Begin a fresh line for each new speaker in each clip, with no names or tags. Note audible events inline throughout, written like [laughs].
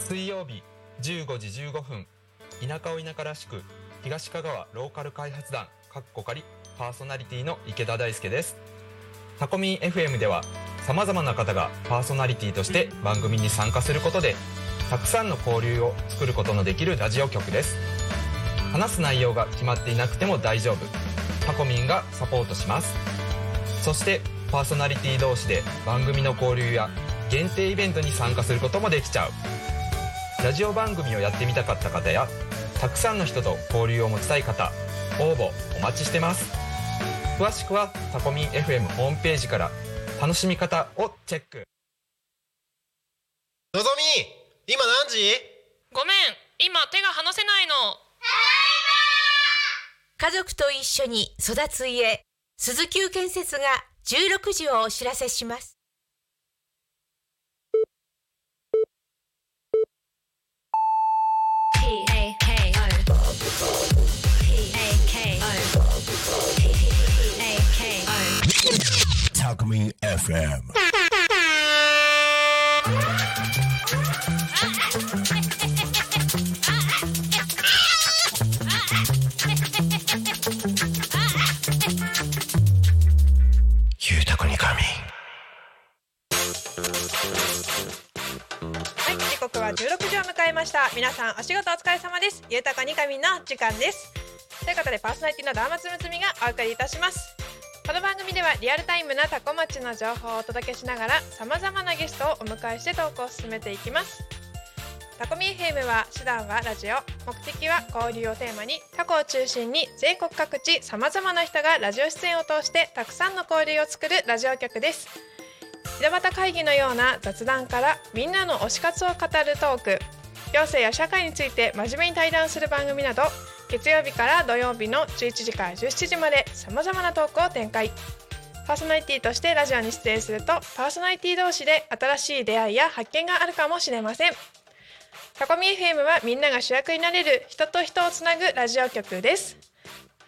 水曜日15時15分田舎を田舎らしく東香川ローカル開発団かっこかりパーソナリティの池田大輔ですタコミン FM ではさまざまな方がパーソナリティとして番組に参加することでたくさんの交流を作ることのできるラジオ局です話す内容が決まっていなくても大丈夫タコミンがサポートしますそしてパーソナリティ同士で番組の交流や限定イベントに参加することもできちゃうラジオ番組をやってみたかった方やたくさんの人と交流を持ちたい方応募お待ちしてます詳しくはタコミン FM ホームページから楽しみ方をチェック
のぞみ今何時
ごめん今手が離せないの
家族と一緒に育つ家鈴木建設が16時をお知らせします
タクミン FM ゆうたこにかみ
はい、時刻は16時を迎えました。皆さんお仕事お疲れ様です。ゆうたかにかみんの時間です。ということでパーソナリティのダーマツムツミがお送りいたします。この番組ではリアルタイムなタコ町の情報をお届けしながら様々なゲストをお迎えしてトークを進めていきます。タコミ FM は手段はラジオ目的は交流をテーマにタコを中心に全国各地さまざまな人がラジオ出演を通してたくさんの交流を作るラジオ局です井戸端会議のような雑談からみんなの推し活を語るトーク行政や社会について真面目に対談する番組など月曜日から土曜日の11時から17時までさまざまなトークを展開パーソナリティとしてラジオに出演するとパーソナリティ同士で新しい出会いや発見があるかもしれませんタコミ FM はみんなが主役になれる人と人をつなぐラジオ局です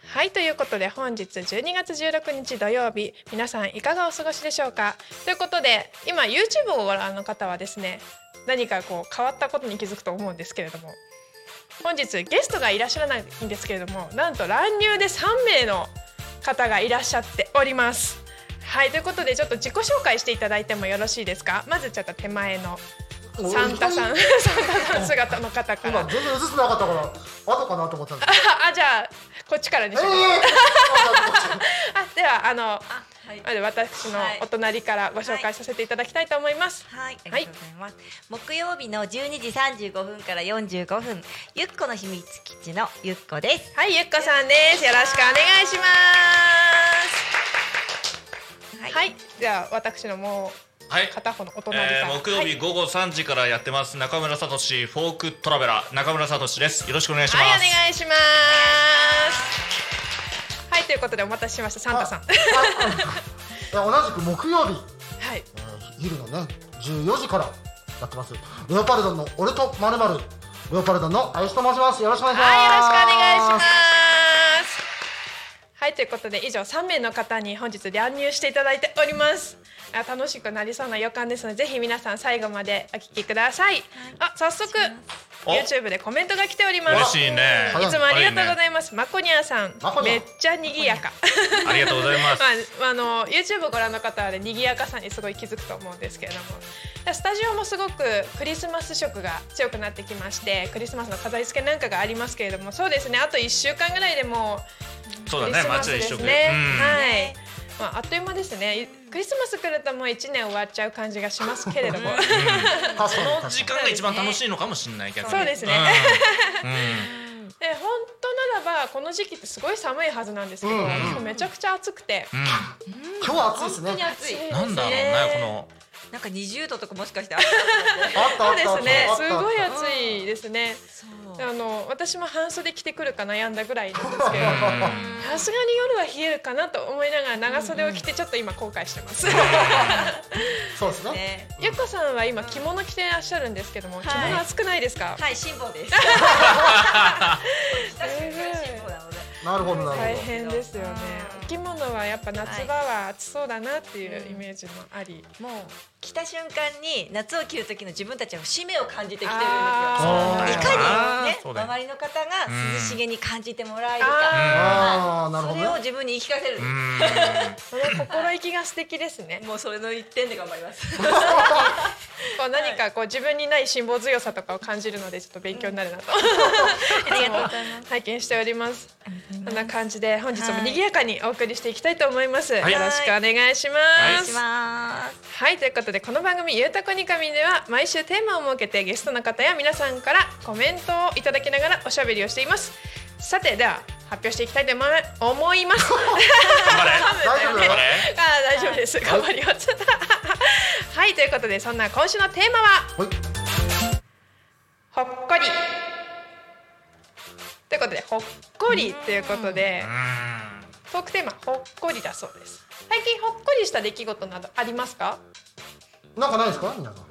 はいということで本日12月16日土曜日皆さんいかがお過ごしでしょうかということで今 YouTube をご覧の方はですね何かこう変わったことに気づくと思うんですけれども本日ゲストがいらっしゃらないんですけれどもなんと乱入で3名の方がいらっしゃっておりますはいということでちょっと自己紹介していただいてもよろしいですかまずちょっと手前のサンタさ [laughs] ん、サンタさん姿の方か
今
ら。
全然映ってなかったから後かなと思ったんですけ
[laughs] あ、じゃあこっちからにし
ど
よう。
え
あ、
え
では [laughs] あの
あ、はい。
まず私のお隣からご紹介させていただきたいと思います。
はい、ありがとうございます。木曜日の12時35分から45分、ゆっこの秘密基地のゆっこです。
はい、ゆっこさんです。よろしくお願いします。はい、じゃあ私のも
はいう
片方のお隣
え
さん。
ー木曜日
はい
午後3時からやってます中村聡フォークトラベラー中村聡ですよろしくお願いしま
はい、
す、
お願いします。はい、ということでお待たせしました、サンタさん。
ああ同じく木曜日、
はい。
えー、昼のね14時からやってますレオパルドンの俺とまるまるレオパルドンの林と申しますよろしくお願いします
はい、よろしくお願いします。はい、ということで以上3名の方に本日乱入していただいております。あ楽しくなりそうな予感ですので、ぜひ皆さん最後までお聞きください。あ、早速
お
YouTube でコメントが来ておりま
嬉
す。
し
い
いね
はい
つもありがとうございます。マコニャさん
マコ、ニャ
めっちゃ賑やか。
ありがとうございま
ますあ、あの YouTube をご覧の方はね賑やかさにすごい気づくと思うんですけれどもでスタジオもすごくクリスマス色が強くなってきましてクリスマスの飾り付けなんかがありますけれどもそうですねあと1週間ぐらいでも
そうう
クリ
だ
ス
ね
マ
街
ス
で
で
一
す
食、
ね、はい、まあ、あっという間ですねいクリスマス来るともう1年終わっちゃう感じがしますけれども
確かに確
う
かに
ん、時間が一番楽しいのかもしれない逆に
そうですね
うんうん
で本当ならばこの時期ってすごい寒いはずなんですけど、
うん
今日めちゃくちゃ暑くて。
う
今日は暑いですね
暑い。
ん、なんだろうね
なんか20度とかもしかして。
あった
そ
あ
う
っ
で
たあ
す
った
ね
あっ
す
た
ごい暑いですね
そう。
あの私も半袖着てくるか悩んだぐらいなんですけれども
この、うん、
さすがに夜は冷えるかなと思いながら長袖を着てちょっと今後悔してます。
そうですね
ね。
ゆっこさんは今着物着てらっしゃるんですけども、
い
着物暑くないですか？
はい、辛抱です。確かに辛抱なので。
なるほどなるほど
大変ですよね。き物はやっぱ夏場は暑そうだなっていうイメージもあり、
もう来た瞬間に夏を着る時の自分たちの使命を感じてきてるんですよ
あ
い
ー
かにね
そうだよ
周りの方が涼しげに感じてもらえる
あ
か、
ああなる
そ
ほど
れを
ね
自分に言い聞かせる、
それ心意気が素敵ですね
もうそれの一点で頑張ります
こう何かこう自分にない辛抱強さとかを感じるのでちょっと勉強になるなと、 [laughs] いつも拝見しておりますこんな感じで本日も賑やかにお送りしていきたいと思います、
い
よろしくお願いし
お願
ま
いし
す
ます
はいということでこの番組「ゆうたこにかみ」では毎週テーマを設けてゲストの方や皆さんからコメントをいただきながらおしゃべりをしていますさてでは発表していきたいと思い思います
張れ
大丈夫
頑張れ
あー大丈夫です頑張ります [laughs] はいということでそんな今週のテーマは
はい
ほっこりということでほっこりということでトークテーマほっこりだそうです最近ほっこりした出来事などありますか
なんかないですか皆さん
ま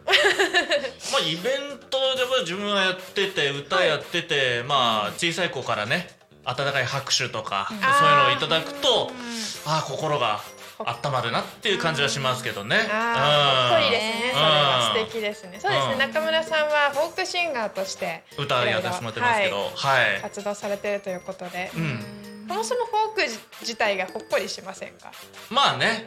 あイベントでも自分はやってて歌やってて、まあ小さい子からね温かい拍手とか、そういうのをいただくとああ心が温まるなっていう感じはしますけどね。
ああ、ほっこりですね。
うん
それは素敵ですね。そうですね。
うん
中村さんはフォークシンガーとして
うん、歌やらせてもらってますけど、
は
はい、
い活動されてるということで、
うん、
そもそもフォーク自体がほっこりしませんか。
まあ [laughs] ね、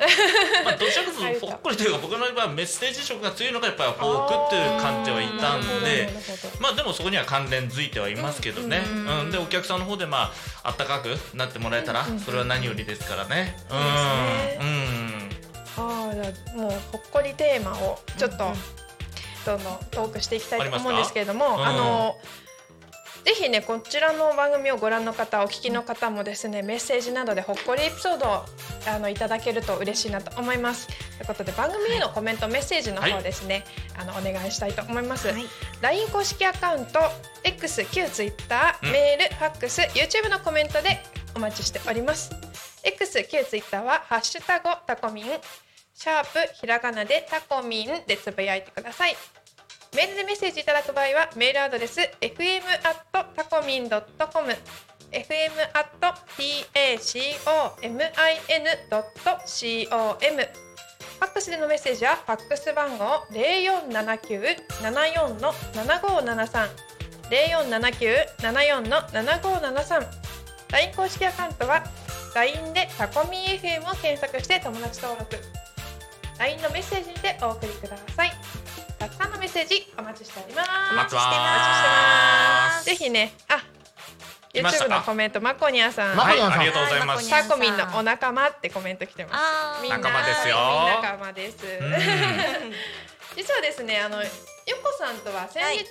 まあどちらかと
あ
いう
り
と
がとう
ほっこりというか僕の場合はメッセージ色が強いのがやっぱりフォークっていう感じはいたんで
なるほどなるほど
まあでもそこには関連づいてはいますけどね、うんでお客さんの方でまああったかくなってもらえたらそれは何よりですからねうんうん
ああ、じゃあもうほっこりテーマをちょっとどんどんトークしていきたいと思うんですけれども、
あ
あ
りますかうん
の。ぜひねこちらの番組をご覧の方お聞きの方もですねメッセージなどでほっこりエピソードをあのいただけると嬉しいなと思います。ということで番組へのコメント、メッセージの方ですね、あのお願いしたいと思います。
い
LINE 公式アカウント X 旧 Twitter、
うん
メール、ファックス、YouTube のコメントでお待ちしております。X 旧 Twitter はハッシュタグタコミンシャープひらがなでタコミンでつぶやいてください。メールでメッセージいただく場合はメールアドレス fm at タコミン .com fm at tacomin.com ファックスでのメッセージはファックス番号零四七九七四の七五七三零四七九七四の七五七三 LINE 公式アカウントは LINE でタコミン FM を検索して友達登録 LINE のメッセージでお送りくださいたくさんのメッセージお待ちしております
お待ちし
お待ちし
てます
てますぜひねあ
来ました
YouTube のコメントマコニアさん
マ
は
コ
い
ニアンさん
ありがとうございます
は
タコミンのお仲間ってコメント来てます
あ
みんな
仲間ですよ
はいみんな仲間です。
うん
実はですね、あの、よこさんとは先日、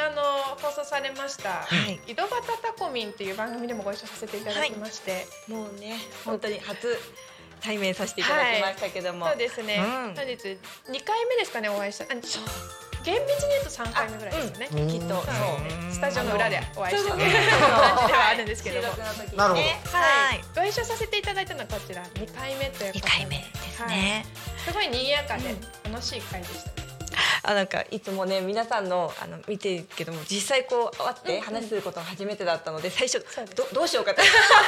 あの、放送されました。
はい
井戸端タコミンっていう番組でもご一緒させていただきまして。
もうね本当に初対面させていただきましたけども、
そうですね、
うん
本日二回目ですかね、お会いした。あ厳密に言うと三回目ぐらいですよね。
うん
きっとそう
うん
スタジオの裏でお会いして
そうそうそう
ね、話ではあるんですけども。
収録の時にね
なるほど
はい
ご一緒させていただいたのはこちら二回目という
二
ことで
回目ですね、
すごい賑やかで楽しい会でしたね。
あなんかいつもね皆さんのあの見てるけども実際こう会って話することが初めてだったので最初
そうです
どどうしようかって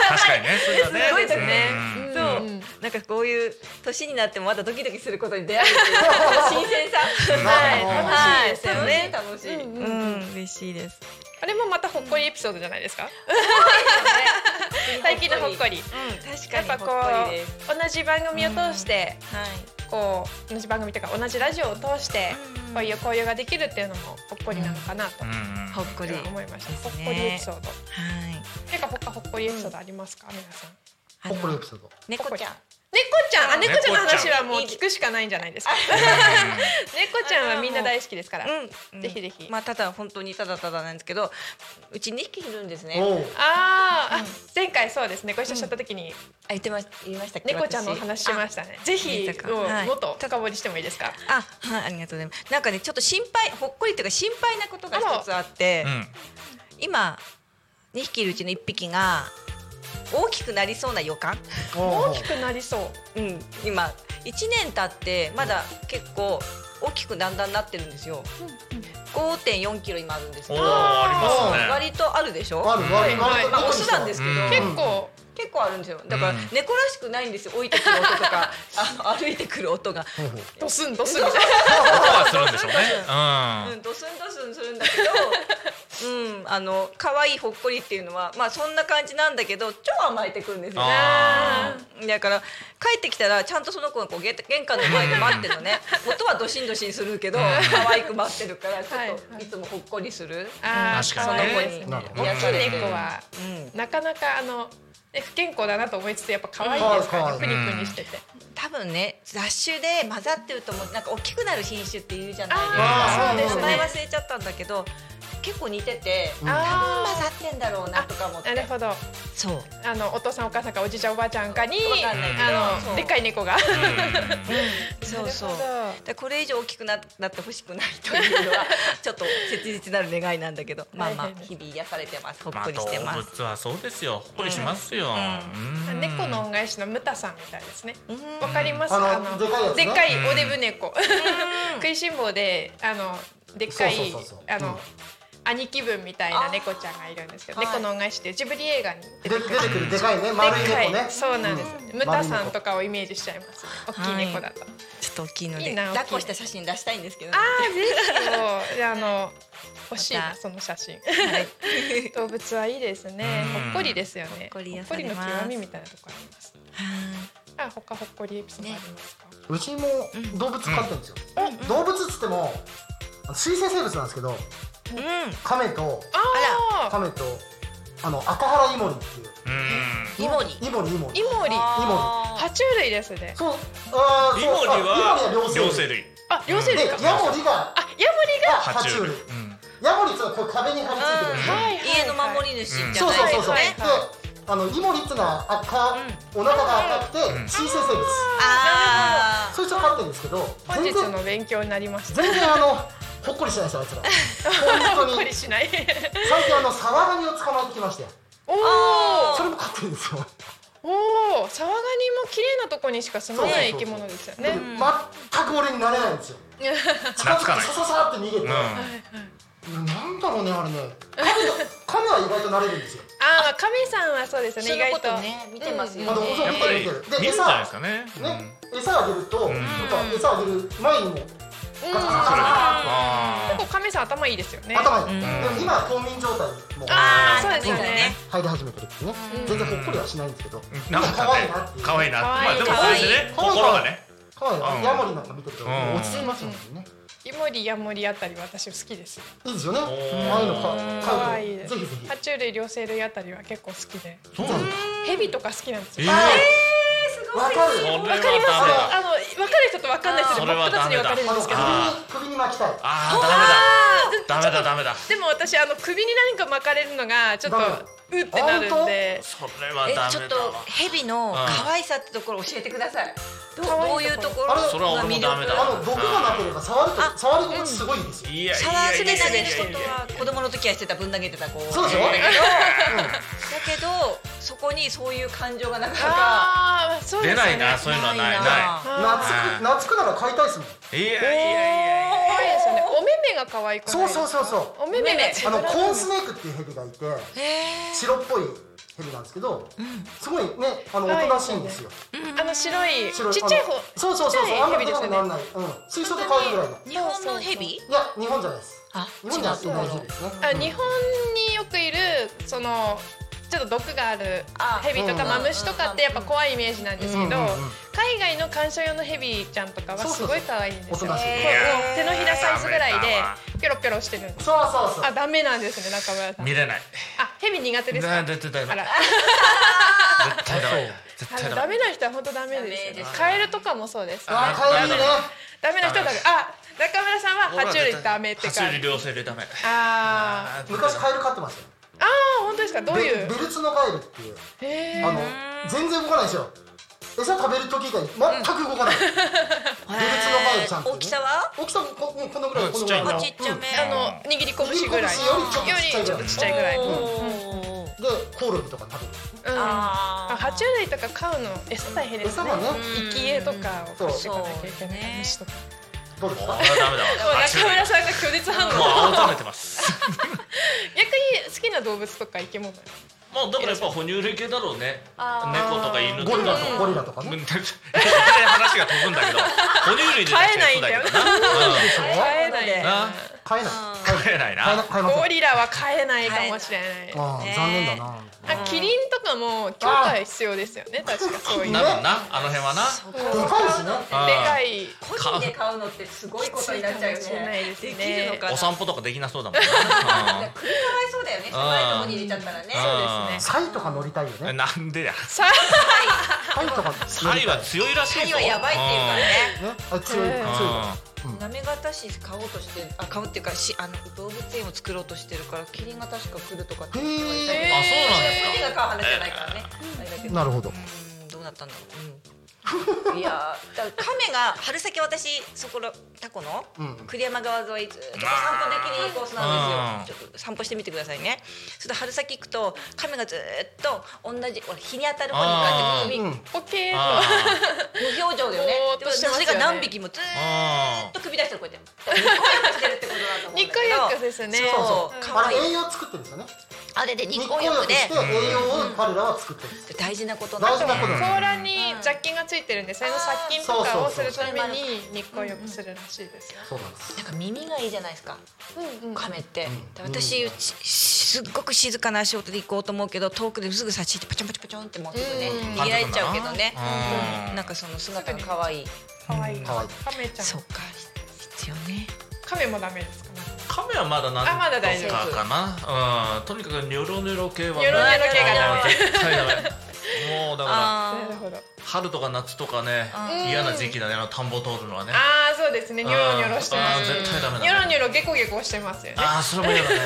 確かにねそれはね
すごいですね
うん
そう
うん
なんかこういう年になってもまだドキドキすることに出会えるっていう新鮮さ
はい
はい
楽しいですよね
楽しい楽しい
うんう
うん嬉しいです
あれもまたほっこりエピソードじゃないですか。最近のほっこり。
うん確か
やっ
に
ぱこ
ほっこりです
う同じ番組を通して、
はい
こう同じ番組というか同じラジオを通してこういう交流ができるっていうのもほっこりなのかなと
うんうん
ほっこりはい
思いました。
です
ほ
ね
っこりエピソード。なんか他ほっこりエピソードありますか、皆さん。
あ
ほっこりエ
の
ピソード
猫ちゃん
猫ちゃん、あ猫ちゃんの
猫ち
話
ゃん
はもう聞くしかないんじゃないですか。猫ちゃ [laughs] んはみんな大好きですから。
うん、
ぜひぜひ
まあただ本当にただただなんですけどうち2匹いるんですね
おう
あーあ、前回そうですね、ご一緒しちゃった時に
あ言ってました言いましたっけ
猫ちゃんのお
私
話しましたね。ぜひ
見た、か
もう
はい
もっと深掘りしてもいいですか。
あはいありがとうございますなんかねちょっと心配ほっこりというか心配なことが一つあって
うん
今2匹いるうちの1匹が大きくなりそうな予感
お
大
う
きくなりそう。
うん今1年経ってまだ結構大きくだんだんなってるんですよ5.4キロ今あるんです
お
け
ー
ど
ありますね
割とあるでしょ
あるある
はい
ある
まあオスなんですけど
うん
結構
結構あるんですよだから
うん
猫らしくないんですよ置いてくる音と
[laughs]
かあの歩いてくる音が
ほうほう
ドスンドスンみたいな
はするんでしょうね。うん。
うん、ドスンドスンするんだけど、うん、あの可愛いほっこりっていうのはまあそんな感じなんだけど超甘えてくるんですよね
あ。
だから帰ってきたらちゃんとその子がこうげ玄関の前で待ってるの
[laughs]
ね。音はドシンドシンするけど可愛く待ってるからちょっ
は
といつもほっこりする。
あー
確かにね
可愛いです
なるほど
大きい猫は
うん、
なかなかあのね不健康だなと思いつつやっぱ可愛いですからね
可
プ
愛
ニ
い
プニしてて
多分ね雑種で混ざってると思うなんか大きくなる品種っていうじゃない
あ
ー
です
そうです
か。
ね
名前忘れちゃったんだけど結構似てて
うん
多分混
あー
ざってんだろうなとか思っ
なる
て。
ほど
そう。
あのお父さんお母さんかおじいちゃんおばあちゃんかに
わかんないけど
あ
そ
の
う
でっかい猫が
そうそう
なる。
でこれ以上大きくななってほしくないというのはちょっと切実なる願いなんだけどまあま
大
あ
変です
日々癒されてますほっ
ま
こ
あ
りして
動
ます、
物はそうですよ。ほっこりしますよ。
う
うん
猫の。恩返しのムタさんみたいですね
うん
わかります
あの
あ
でかいや
の
つね
でっかいおデブ猫食いしん坊であのでっかい
そうそうそうそう
あ
うん
の兄貴分みたいな猫ちゃんがいるんですけど
あー
猫の恩返しってジブリ映画に
で出てくるでかいね丸い
でっか
猫ね
そうなんです、
うん
ムタさん
丸い
とかをイメージしちゃいますね大きい猫だと、
[laughs] ちょっと大きいので
いいな
抱っこした写真出したいんですけど、ね、
あーぜひもうあの欲しい
ま
な
た
その写真
はい
動物はいいですね
うん
ほっこりですよね
ほっこり癒
ほ
さ
っこ
れ
りの
ます
極みみたいなとこありますあ他ほっこりエピソードありますか、
うちも動物飼ってるんですよ、動物っつっても水生生物なんですけど
うん
亀と
ああ
亀とあの赤原イモリっていう
うん。
イモリ
イモリイモリ
イモリ爬
あー
虫類ですね
そうあー
イ
そ
モ
う
リ
あイモリ
は
は両
両
生類
生類。
あ両生
で
類か、
ヤモリが
あヤモリが
が
爬
爬虫
虫類
類。
うん
ヤモリってのはこう壁に張り付いてるんですよ
はいはい
家の守り主じゃないです
そ
よ
う
ね
そうそうそう、
はい
であのイモリってのは赤、お腹が赤くて
ん
小さい生物、
あ
そいつを飼ってるんですけど
本
全
日
然
の勉強になりました
全然あのほっこりしないですよあいつら本
ほっ
当
こ
に
りしない
最近あのサワガニを捕まえてきましたよ
お
そ
お
れも飼ってるんですよ、
おおサワガニも綺麗なとこにしか住まない生き物ですよ
で
ね
全く俺になれないんですよ近づ
懐かない
さささって逃げて、
うん。
なんだろうねあれね亀は亀は意外と慣れるんですよ、
ああ亀さんはそうです
ー
よ
そ
ね意
の
外
こととね見てますよ
まあでも
ね、
そう
やっぱり見るんじゃないですかね。
ね餌あげると、
ん
なんか餌あげる前にもガサガサガサ
あ
結構亀さん頭いいですよね
ガサ頭に、でも今は冬眠状態にもう
ああ
ー
そうですよ
そうだ
ね
ね
入り始めてるってね、全然ほっこりはしないんですけど、
あ。なん
可
か
愛い
ね
なっていう、
可愛いな。まあでも
可
そう
愛
で
い
すね。
可愛い
心がね。
可愛いな、
うん
ヤモリなんか見てると、
うん
落ち着きますもんね、
イモリヤモリあたり私好きです
いいですよね、あ
ん
あいうのか
可
飼
愛いうで
と、
す
ぜひぜひ
爬虫類両生類あたりは結構好きで
そうなんだ
ヘビとか好きなんですよ
ええ。
わか
それ
る
は
わかります
ダメだ。
あの分かる人と分かんない人
そ
で
れ
真っ
は
二つに分かれる
あ
ん
の
です
首
け
に首に
ど
あ
巻きたい
ああダメだ。ダメだダメだ。
でも私あの首に何か巻かれるのがちょっと
ダメだ
うってなるんで
それは
え
ダ
ちょ
メ
っ
だ
と
わ。
蛇の可愛さってところ教えてくださいどう
可愛いところ
ど
あれ
ういうとこ
それは
ろ
俺もダメだ
あの毒がなければ触ると触ることすごいんですよ、
いやいやいやいやいや
シャワーで投げることは子供の時はしてたぶん投げてた子だ
そうでしょ、うん、
けどそこにそういう感情がなかなか
ああそうで
出
すよ
な
ね
いなそういうのはないない
な
い
な
夏く夏くなら買いたいですもん
いやいやいや
可愛いですよねお目目が可愛くない
そうそうそう
う
そう
お目目が
あのコーンスネークっていうヘビがいて白っぽいヘビなんですけど、すごいねあのおとなしいんですよ、
あの白いち
白
っちゃい方
そうそうそう
ちっ
そ
ち
う
ゃ
あん
いヘ
ま
ビ
り
です
高く
よね
ならない、うん、水槽で買えるぐらいの
日本の蛇
いや日本じゃないです
あ
日本じゃいないヘビですね
あ日本によくいるそのちょっと毒がある
あ
ヘビとか
うん
マムシとかってやっぱ怖いイメージなんですけど
うんうんうん
海外の観賞用のヘビちゃんとかはすごい可愛いんで
お
す
と
よ
なしい、
もう手のひらサイズぐらいで
ダメだわ
ピョロピョロしてるんです
そうそうそう
あダメなんですね中村さん
見れない
あヘビ苦手ですか
な絶対
あ
ダメ
ら
絶対ダメ絶
あ
対
の
ダ
ダ
メ
メな人は本当ダメですよ
ダメで
ね
す
カエルとかもそうです
あカエルいいね
ダメな人はダメあ中村さんは爬虫類ダメって
爬
感
虫類
じ
両生類ダメ
あー
昔カエル飼ってましたよ
あー本当ですかどういう
ベベルツノガエルっていう
へー
あの全然動かないですよ餌食べる時以外全く動かない、ベルツノガエルちゃんっていうね、
大きさは
大きさもこもうこのぐらいこのぐらい
ちっちゃいな
あちっちゃめ
あの握り拳ぐらい
握り拳よりちょっとちっちゃいぐらい
よりちょっとちっちゃいぐらい、うん
おー
でコオロギとか食べる
あ
あー
爬虫類とか飼うの餌大変です
餌
ね
がね
生き餌とかを食べていかなきゃいけない虫とか
どうですか
これはダメだわ爬虫
中 [laughs]
類
村さんが拒絶反応
もう改めてます
逆に好きな動物とか生き物
[laughs] まあだからやっぱ哺乳類系だろうね
あー
猫とか犬と
ゴ
か
リラとかゴリラと
う
かね
ん全然話が飛ぶんだけど哺乳類じゃなくて
飼えない
そ
ん
う
だ
だ
よ
け
な
どな
そう
飼えない
うん
ね。
な
買えない
飼えない
買えな
な
買えません
ゴリラは飼えないかもしれない
ああ
ね
残念だな
あキリンとかも兄弟必要ですよね確かそういう
なるなあの辺はな
そう
で
か
かいしね
でかい
個人で買うのってすごいことになっちゃうよ
きついかもしれない
ね
で。すね
できるのかな。
お散歩とかできなそうだもん
[laughs]
ね
首かわいそうだよね。狭いとこに入れちゃったらね。
そう
サイとか乗りたいよ
ね
ね
なん
[laughs]
でや
さ
サイとか乗り
サ
たい
イは強いらしいぞ
タイはやばいっていうからね。
ねあ強い強い
うん
うん
なめがた市買おうとしてあ買うっていうかしあの動物園を作ろうとしてるからキリンが確か来るとかって言ってはいたけど
あそうなんですか
キリンが買う話じゃないからね、あれだけど
なるほど
うんどうなったんだろう、うん、いやーだから亀が春先私そこのタコの、
うん
栗山川沿いずっとこう散歩できるいいコースなんですよちょっと散歩してみてくださいねそれで春先行くと亀がずーっと同じほら日に当たる方に向かって首
う
無
ん
オッケー
あー
表情だよね
ぼーっとして
で
ま
も
す
そ
よね
れが何匹もずーっとずっ
あ
と首出してこうやってニコヤクしてるってことだと思うんだけど
ニコヤクですね
そうそう
そうそう
可
あ
愛い
れ栄養作ってるんですよね
あれで日
日
光
光浴
浴で
して栄養を彼らは作ってるんです
大事なこと
大事なことなん
甲
です
羅に雑菌がついてるんでそれの殺菌とかをするために日光浴するらしいですよ
そうなんです
なんか耳がいいじゃないですか亀って
ん
で私しすっごく静かな足音で行こうと思うけど遠くですぐ差し入ってパチョンパチョンパチョンってもうすぐね
うん
逃げられちゃうけどね
うん
うんなんかその姿が可愛い
可愛い
可愛い
亀ちゃん
そうか必要ね
亀もダメですかね
亀はまだなん
あまだ大丈
と
夫
かかなうんとにかくニョロニョロ系は
ニョロニョロ系がダメ
うん絶対ダメもうだから
あ
なる
ー
ほど
春とか夏とかね
うん
嫌な時期だねあの田んぼ通るのはね
ああそうですねニョロニョロしてま
あー
す
絶対ダメだね
ニョロニョロゲコゲコしてますよね
ああそれも嫌
[laughs]
だね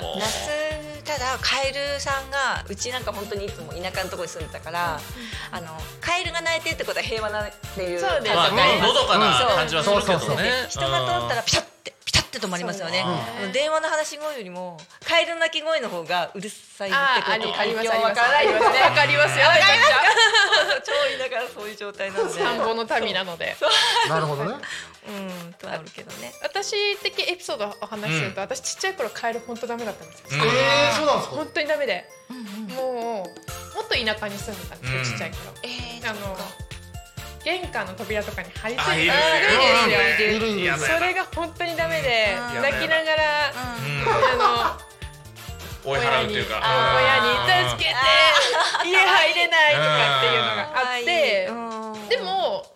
もう
夏ただカエルさんがうちなんか本当にいつも田舎のところに住んでたからあのカエルが鳴いてるってことは平和なっていう
そうですね
まあ
感覚ありま
の
す
どか
うん
な感じはするけ
そうそ
ど
うそう
ね
人が通ったらピタッてピタッて止まりますよね
そうね
あの電話の話し声よりもカエルの鳴き声の方がうるさいって
あーあ
こ
り
と
ありますありま
わ
す
からないよね
わかりますよめちゃ
超田舎はそういう状態なんで
くちゃ田んぼの民なので
なるほどね
うんとあるけどね
私的エピソードをお話しすると、私ちっちゃい頃カエル本当ダメだったんですよ、
うん
えーそうなんですか
本当にダメで、もうもっと田舎に住んでたんですよ、
うん
ちっちゃい頃
えー
あの玄関の扉とかに張り付
あ
い
い
て
る
た
ね
んです
い
よ
るいるいる
やだ
それが本当にダメで
うん
泣きながらあ
うん追
の
い払うっていうか
親に「助けて家入れない」とかっていうのがあって
うん
でも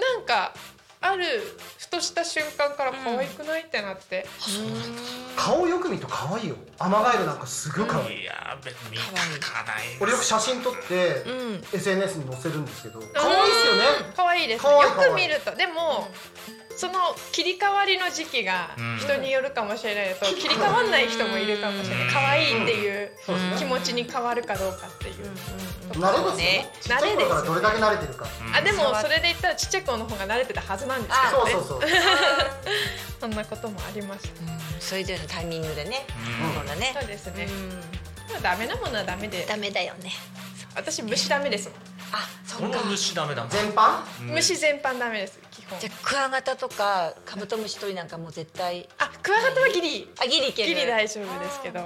なんかあるふとした瞬間から可愛くないってなって、
顔よく見ると可愛いよアマガエルなんかすごい可愛い
いやべ見たかない
俺よく写真撮って
[laughs] うん
SNS に載せるんですけど可愛いですよね
可愛いです、ね、
可
よ
愛い可愛い
く見るとでも、その切り替わりの時期が
うん
人によるかもしれないと、切り替わんない人もいるかもしれない、
うん
可愛いっていう
そうですね
気持ちに変わるかどうかっていう、
慣れですよねちっちゃい頃からどれだけ慣れてるか
あでもそれで言ったらちっちゃい子の方が慣れてたはずなんですけ
そ
ど
う
ね
そうそう
そんなこともありました、
それぞれのタイミングでね
うん
そうだね
そうですね
う、ん
まあダメなものはダメで
ダメだよね
私虫ダメですもん、
あそ
俺
うか
も虫ダメだもん
全般
虫全般ダメです基本
じゃあクワガタとかカブトムシ取りなんかもう絶対
あクワガタはギリ
あギリいけ
ギ
る
リ大丈夫ですけど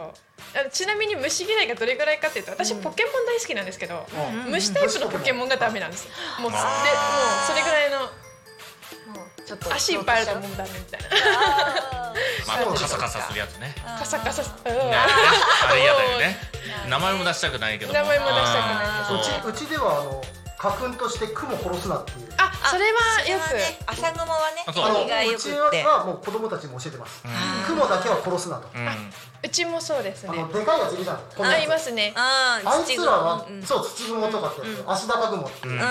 あのちなみに虫嫌いがどれぐらいかっていうと私ポケモン大好きなんですけど、虫タイプのポケモンがダメなんですよもうでもうそれぐらいの
もうちょっと
足いっぱいあるともうダメみたい
あ
まあカサカサするやつね
[laughs] なカサカサうん
あれ嫌だよね名前も出したくないけど
名前も出したくない
うん
そう
ちうちではあの花粉として蜘蛛殺すなっていう
あそれ
ー
は
それ
よ
は
く、
ね朝雲はね
あそう
あの
意外よ
う
く
ち
って
はもう子供たちにも教えてます蜘蛛だけは殺すなと
うん
うちもそうです
あ
ね
のでかいやついるじゃんこんな
あ
やつ
いますね
あ
あいつらは
うん
そう土蜘蛛とかってやつ足高蜘蛛っていう
うん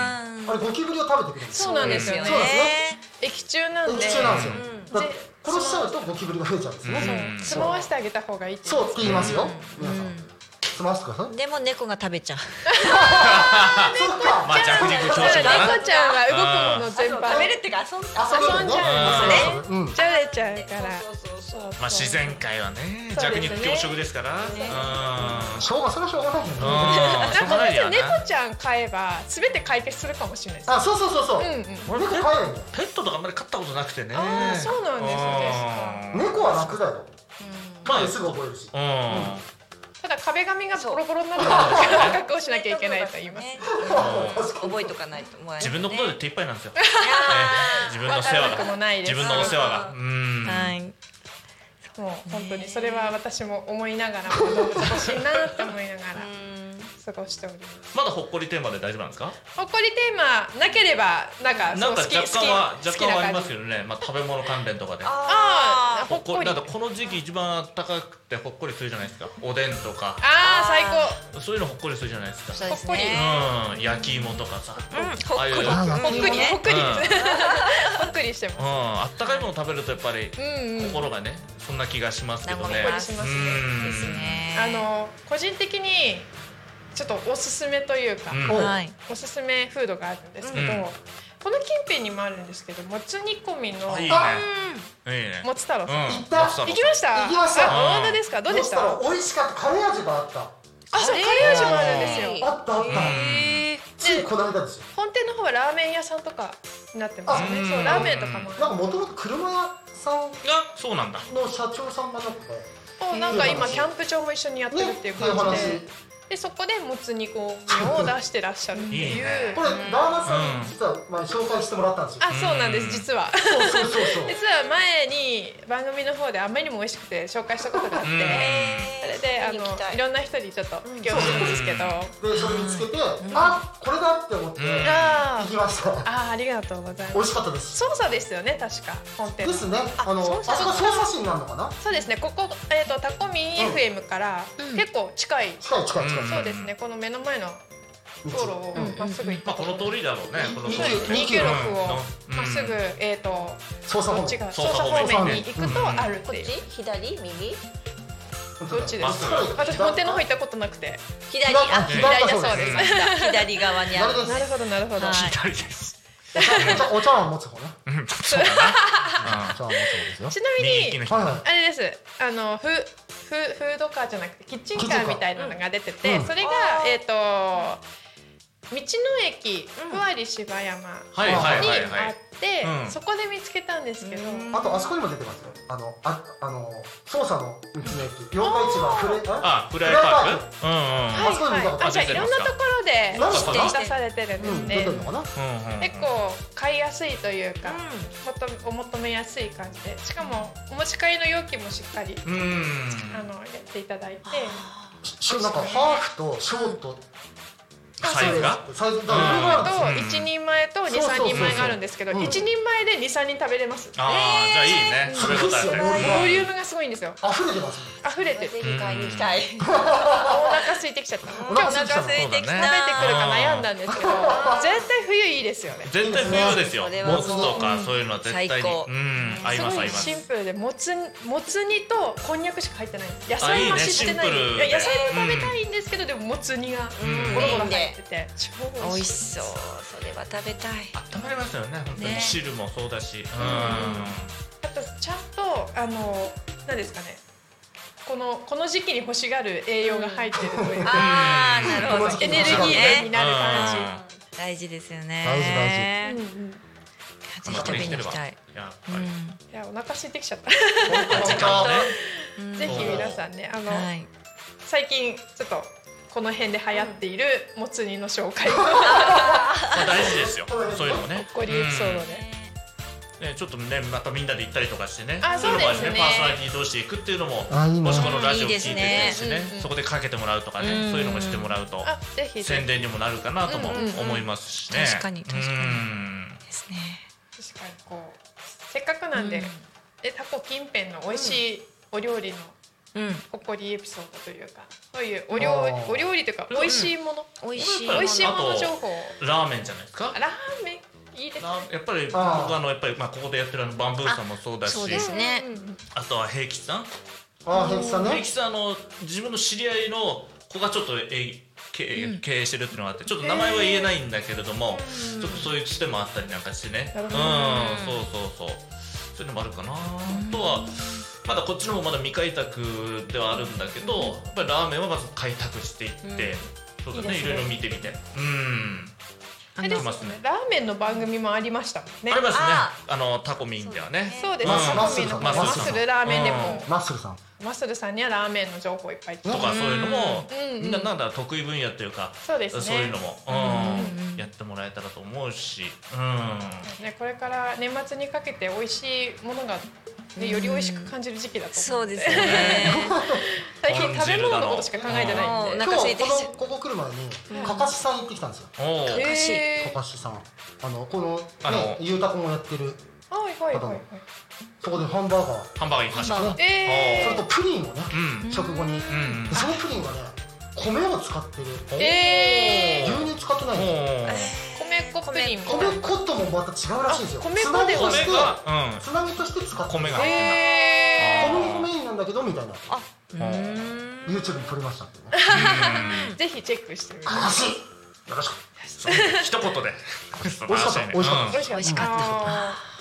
あれゴキブリを食べてくるんです
そうなんですよね
そうなんですね
液中なんで
液中なんですよだから
で
殺しちゃうとゴキブリが増えちゃうんですね
うん
住まわしてあげた方がいいってい
そうって言いますよ皆さん済ませてください
でも猫が食べち
[laughs]
ゃう
そっか
まあ弱肉
そ
強
う
食だな
猫ちゃんは動くもの全般
っていうか遊ん
遊べるね
遊
うんうん
じゃれちゃうから
そうそうそう
まあ自然界はね
そう
弱
ですね
肉強食ですからうん
しょうがそれはしょうがないよね
うんしょうがないよ
[laughs]
ね
猫ちゃん飼えば全て解決するかもしれないです。
あそうそうそうそう
うんう
猫
ん。
飼えないんだよ
ペットとかあんまり飼ったことなくてね
あーそうなんですね
うん
猫は楽だよ
まあ
すぐ覚えるし
うん
ただ壁紙がボロボロになる [laughs] から格好しなきゃいけないと言います。
ね覚えとかないともらえない
自分のことで手一杯なんですよ、
あ
自分の世
わか
話
らなくも
が
ないです
自分のお世話がうん、
ーはい
もう本当にそれは私も思いながらも動物欲しいなって思いながら過ごしております。
まだほっこりテーマで大丈夫なんですか
ほっこりテーマなければなんか
なんか
そう
若干は
好
若
き
干はありま
好
す
きな感じ
よね、まあ、食べ物関連とかで
ああほ
ほっ
っ
こ
こ
り
り
だってこの時期一番暖かくてほっこりするじゃないですかおでんとか
ああ最高。
そういうのほっこりするじゃないですか
そうです
ほっこり
ね
うん焼き芋とかさ、
うんほ
ああ
っ
い
こ
う
り
うんあ
ほっくり
ね
ほっくり、
うん
ほっくりしてます。
ったかいもの食べるとやっぱり
うんうん。
心がねそんな気がしますけど
和み
ね
ます
ほっこりし
う
ますね
ん
ですね
あの個人的にちょっとおすすめというか、
うん
お
はい
おすすめフードがあるんですけど、
うん
この近辺にもあるんですけどもつ煮込みの
あいいねいいね
もつ太郎
う
さん、
ん
行った
松太郎
行きました
行きました
あ本当ですかどうでした
ら美味しかったカレー味があったあ
あそうカレー味もあるんですよ
カレー味
ったあった、
うん
ついこの間ですよ
本店の方はラーメン屋さんとかになってますよ
あ
ねそうラーメンとか
な
も
んかもともと車屋さん
あそうなんだ
の社長さんがなんか
おなんか今キャンプ場も一緒にやってる
ね
っ
っててい
いう
う
感
話
じででそこでもつ煮込みを出してらっしゃるって
いい
いう
ね
これラーマさん
うん
に実は前紹介してもらったんですよ
あそうなんです実は
そうそうそうそう
実は前に番組の方であまりにも美味しくて紹介したことがあって、
うん
それであの
行きたい
いろんな人にちょっと今日教えたんですけど、あ
でそれ見つけてあこれだって思って
うん
行
あ
きました
ああありがとうござい
美
ま
味
す
しかったです
操作ですよね確か本店
で
の
すねあのあ
そう
そ
そう
こ操作士になるのかな
そうですねここ、えー、とタコミン FM から結構近い、
近い近い近い
うん
そうですねこの目の前の道路をまっすぐ行っ
ま
た
あこの通りだろうねこの通り
そう
ね
二九
296
六
を
うん
まっすぐ、えー、と
操作本
どっ
部
ちが
操
操
作
作
方
方
面
面に行くとあるって
こっ
いう
ち左右
どっちです
まっ
か
す
私本店の方行ったことなくて
左
左
あ
左だ
左だ
そ
そうう
です
です左側にある
左です
なるほどなるほど、
はい
左です
お茶お茶碗を持つ方ね
うんそうだ
お
ね
茶碗を持つ方です
ちな
うん
み
右利
に
きの人
よはいはい
あれです。あのフフフードカーじゃなくてキッチンカーみたいなのが出て
キッチンカ
て、
ーうん
それが
あー
えっ、と道の駅ふわり芝山
はいはい
に
はいは
あ
い
って、
うん
そこで見つけたんですけど、
あとあそこにも出てますよあのああの操作の道の駅四日市場フレ
あフライ
フラ
パ
イ
ー
パ
クうんうん
はい
あそういうの
はい。
が
あじゃあいろんなところで
なんか
さ
出されてるんで
う
す
ん出て
ね。
るのかな
うんうんうん
結構買いやすいというか、求めお求めやすい感じでしかもお持ち帰りの容器もしっかり、
うん
あのやっていただいて
しなんかハーフとショート
サイズが
サイズだからいろいろあるん
と
ですよ
う
1
ん
人前と23
そうそうそうそう
人前があるんですけど
うん
1人前で23人食べれます
ああじゃあいいね食べ
そう
応えあって
ですよ
ボリュームがすごいんですよ
溢れてますね
溢れて
ぜひ買いに行きたい
お腹空いてきちゃった
お
今日
腹
お
空
腹
いてきた
空いて食べて
そ
くるか悩ん
うだね
だんですけど絶対冬いいですよね
絶対冬ですよ
それは
もつとかそういうのは絶対
最
に
高
うん合い
す
ます
ご
合
い
います
シンプルでもつもつ煮とこんにゃくしか入ってないんです野
あいい
菜
ね
は知ってない
シンプル
い
で
や野菜も食べたいんですけどでももつ煮が
ん
ゴロゴロ入ってて超
美
美
味
味
し
しい
そうそれは食べたい
温まりますよね本当に
ね
汁もそうだし
あとちゃんとあの何ですかねこのこの時期に欲しがる栄養が入ってるというか
ああなるほど
この時
エ
期
ネルギー源になる感
うん
大事ですよね
大事
じ。
大
うんうん
ぜひ食べに行きたい
やっ
う
ぱり
い
ん
やお腹空いてきちゃった。
時間ね
うん
ぜひ皆さんねあの、
はい
最近ちょっとこの辺で流行っているもつ煮の紹介を [laughs]
まあ大事ですよそういうのもね
ご利エピソードで。
ねちょっとねまたみんなで行ったりとかしてね
あそうですね
いのもあるパーソナリティ同士で行くっていうのも
あいいね
もしこのラジオ
うんいい
聞い
で
て
す
る
ね
しねそこでかけてもらうとかね
うん
そういうのもしてもらうと
あぜひぜ
宣伝にもなるかなとも
うんうんうん
思いますしね
確かに確かに
うん
ですね
ひ確かにこうせっかくなんで、でタコ近辺の美味しいお料理の
うん
ほっこりエピソードというかそういうお料
あー
お料理というか美味しいもの、
美味しい
美味しいも
あ
の
と
情報
ラーメンじゃないですか
ラーメンいいですね
ラーやっぱり僕
あー
あのやっぱりまあここでやってるあのバンブーさんもそうだし
そうですね
うんうんうん
あとは平吉さん
あー平気さん
平
ね
吉さんあの自分の知り合いの子がちょっとえ経経営してるっていうのがあってちょっと名前は言えないんだけれどもちょっとそういうつてもあったりなんかしてねう
なんる
そう
ほど
そうそうそういうのもあるかなあとはまだこっちの方まだ未開拓ではあるんだけどやっぱりラーメンはまず開拓していってそうだね
いい
い
です
ろ
ね
いろ見てみてうん
あれで
い
す
ますね
ラーメンの番組もありましたもんね
ありますね
あ
あのタコミンではね
そうです、
うん
ね。
マッスルさん
マ
マッ
ッ
スルさ
ス
ん
ルラーメンでも、
マッスルさん
マッスルさんにはラーメンの情報いっぱい。
とかそういうのも
うん
みんななんだ得意分野っていうか
そうですね
そういうのもうんやってもらえたらと思うしうん
ね、これから年末にかけて美味しいものが、ね、より美味しく感じる時期だと
そ
思
う
うの
ですよね。
最近食べ物のことしか考えてないん
もうお
で。
今
腹空い
日
て
こ
きちゃう。
のここ来る前にかかしさん行ってきたんですよ
おお
おかしい
え
かかしさんあのこの
あ
ね
の
ゆうたこもやってる
ー、はいはいはいはい。
そこでハンバーガー
ハンバーガー行きましょう
ねそ
え
れとプリンをね
うん
食後に
うん
でそのプリンはね米を使ってる
ー、え
牛乳使ってない
お
んですよ
お
ー、米粉プリンみたいな
米粉ともまた違うらしいんですよ
あ米粉
つなぎと
で
し
米
て
がうん
つなぎとして使ってる
米が
え
小麦粉メインなんだけどみたいな
うん
YouTube に撮りましたんでね
ー、ぜひチェックしてみて。
かかしよろしく
一言で
美味しかった美味しかった
美味しかった。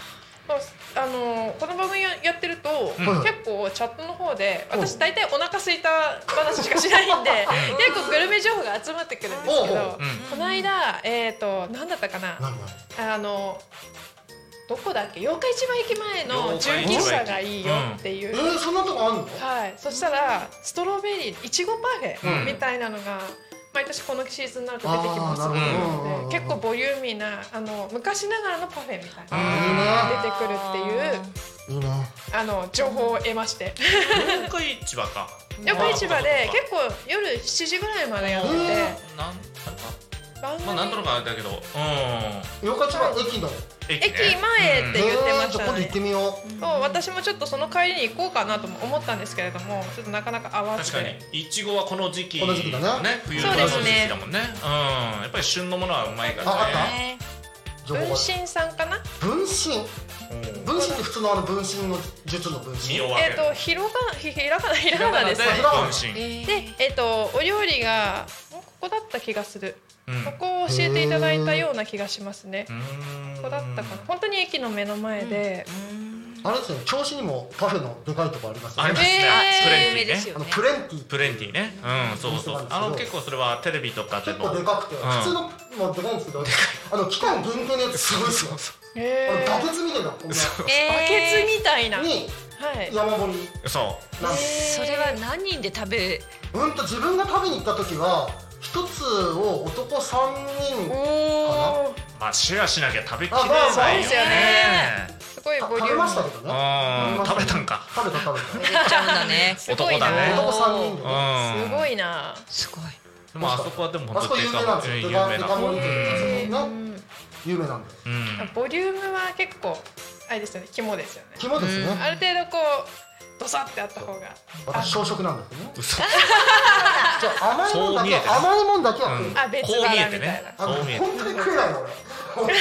そうあのーこの番組やってると、
ん
結構チャットの方で
うん
私大体お腹空いた話しかしないんで結構グルメ情報が集まってくるんですけ
おう
ど
おう
うん
この間えっ、と何だったかな
何何
あのどこだっけ八日市場駅前の
八
純
日市場駅
喫茶がいいよっていう
え。ーそんなとこあんの
はい、そしたらストロベリーいちごパフ
う
ェ
ん
みたいなのが、毎年このシーズンになると出てきますので
あーなるほどうんうんうん
結構ボリューミーなあの昔ながらのパフェみたいな
うん
のが出てくるって
い
いう
いね
あの情報を得まして
四日市場か
横市場で
構
結構夜7時ぐらいまでやってて
なんなん
番組、
まあなんとなくあれだけどうん
よかちば駅の
駅
駅
ね
前って言っ
えーじ
てました
ゃあ今
の
度行
で
っ、てみよ
そう私もちょっとその帰りに行こうかなとも思ったんですけれどもちょっとなかなか合わ
確
ず
か
で
にいちごはこの時期
この時期だね
冬のこの時期だもんねうんやっぱり旬のものはうまいか
ああ
ら
っ
ね
う情
分
報が
身さんかな
分身分身って普通のあの分身の術の分身
身を分
え
け
っ、
る
とひろがひひらがなひらがなですね
ひらがな
分身
で、えっとお料理がもうここだった気がする、
うん
ここを教えていただいたような気がしますね、
うん
ここだったかな本当に駅の目の前で、
あれですね調子にもパフェのでかいとこありますよ
ありま
ね
すね
えー
プレ
有
ンテ
名で
ィね
すよ
あの
ね。
プレンティ
プレンティねうんそうそうそうあの結構それはテレビとかで
結
も
構でかくて
ん
普通のもでかいんですけどあの期間限定のやつすごいですよあの
え
バケツみたいなこんな
ーバケツみたいな、はい
に山盛り
そ
なんです
それは何人で食べ
うんと自分が食べに行った時は一つを男三人
おお
か
うまあシェアしなきゃ食べきれ
あまあまあ
ないよね
すごい
な
ボリュ
食べ
ー
ました
ム
けど
う
ね
ん食べたんか
食べた食べた
ちゃうんだね。
すご
男
いな
だね
男三人で
う
ね
ん
すごいな、
すごい。
でもあそこはでも
あ
本
そ
当
こ
に
有名なんですよ
有
デ
名
カデ
な
カ盛りという
う
やつも
う
ね
ん
有名なんで
んうん
ボリュームは結構あれですよね肝ですよね
肝ですね
ある程度こうドサってあった方が
私小食なんですね
嘘
じゃあ甘いもんだけは
そう見えて
甘いもんだけは食う
あ別
こう見え
腹みた
て
い
ね
な
あ
そ
の
う見えて
本当に食えないの俺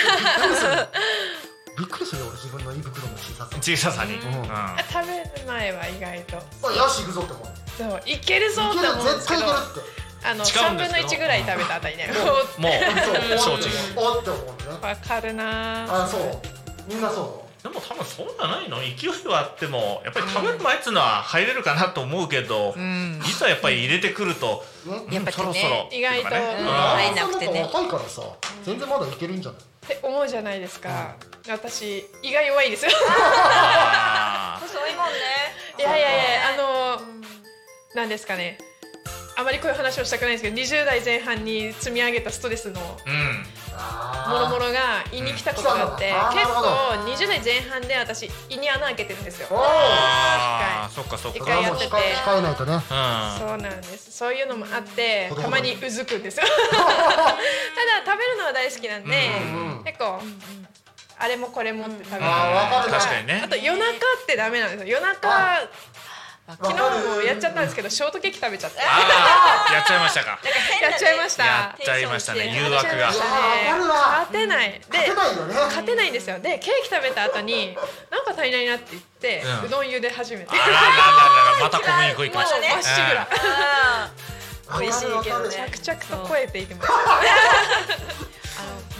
びっくりするよ俺自分の胃袋の小ささ
小ささに、うん
ん
あ食べる前は意外と
あよし行くぞって思う
そういけるぞ
い
っ
け
て
る
思うんで
絶
すけ
対い
ど
ける
あの
違
3
うん
分
です
の
けど
1ぐらい食べたあたりね
も
って
う
そう
承知
おって思うね
わかるな
あそうみんなそう
でも多分そんなないの勢いはあってもやっぱり食べる前っつうのは入れるかなと思うけど、いざやっぱり入れてくると、
ね
やっぱ
りね
そろそろ
意外と
かね
うん
うん
入んなくてね
若いからさ全然まだいけるんじゃない
って思うじゃないですか私胃が弱いですよ
あー
細いもんね。
いやいやいやあのなんですかねあまりこういう話をしたくないんですけど20代前半に積み上げたストレスの
うん
もろも
あ
ろが胃に来たことがあって
うんあー
結
な
構20代前半で私胃に穴開けてるんですよ
お
あーそっかそっ
一
これ
回
は
や
か
も
っ
う
てて
控え控えないとね
うん
そうなんですそういうのもあって
子供だ
たまにうずく
[laughs]
んですよただ食べるのは大好きなんで、
うん
結構、あれもこれもって食べる、
あーわかるな
確かにね
あと夜中ってダメなんですよ夜
あ
中昨日もやっちゃったんですけどショートケーキ食べちゃってや
あーやっちゃいましたか
っちゃいました
やっちゃいましたね誘
やっちゃ
惑
い
が
ました
う
ね
わーわかるわ
勝てないで
勝てないよね
勝てないんですよでケーキ食べた後になんか足りないなって言って、
う
うんどん茹で始めて
あらららららまた小麦粉いきました
まっしぐら
美味しい
けどね
着々と超えていきます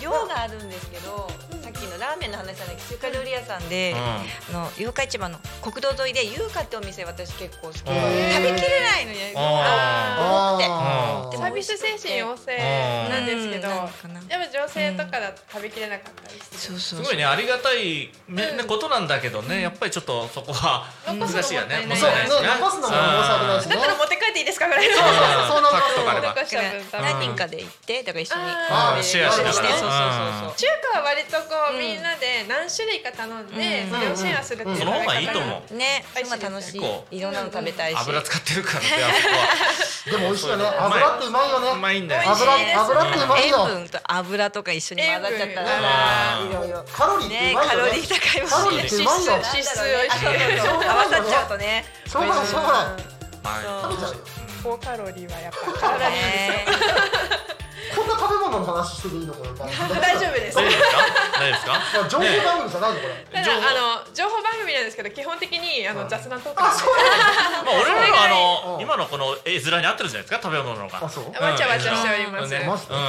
量があるんですけど、さっきのララーメンの話なんだけど中華料理屋さんで、あの八日市場の国道沿いで優香ってお店私結構好き食べき
へ
ー
れないの
あ
よと思って
あ
で
サービス精神旺盛なんですけど、
うんなんかな
でも女性とかだと食べきれなかったりす
そ
る
うそう
すごいねありがたい、ねねことなんだけどねやっぱりちょっとそこは難しいよね
残
そうね
す
残すのも申し訳ないしね
だから持って帰っていいですかぐらいの
うん
そうなんだよ
パッとかれば
残した分食べ
何人かで行ってだから一緒に
あー
で
シェアしながら
そうそうそうそう
中華は割とこう、
うん
みんなで何種類か頼んで、
うん
それをシェアするっていう
その方がいいと思う
ね、そんな楽し
結構
い。いろんなの食べたいし。
油使ってるからねあそこ
でも美味しいよね
うまい
油ってうまいよ
はう
ね
まいんだよね
油油ってうまい
塩
よ
分と油とか一緒に混ざっちゃったら
うん
な、いろいろ。
カロリーって
ね
う、ま
カ
いよ
ロ
ね
リー高いもん
カロリー
ね
っ。てうまいよ
脂質
あそうそうそう合わさっちゃうとね。
しょうがないしょうがない
は
食べちゃうよ
高カロリーはやっぱ体に
ね
こんな食べ物の話してていいのこれ大丈
大丈夫です
い大丈夫ですか大丈夫です
情報
か
番組じゃないのこれ
ただあの情報番組なんですけど基本的にあの雑談トーク
あそうなんだ
まあ、
うん
俺らのあの今のこの絵面に合ってるじゃないですか食べ物
あ
のが。
そう
うん
わちゃわちゃしております、
ね
マジで
うん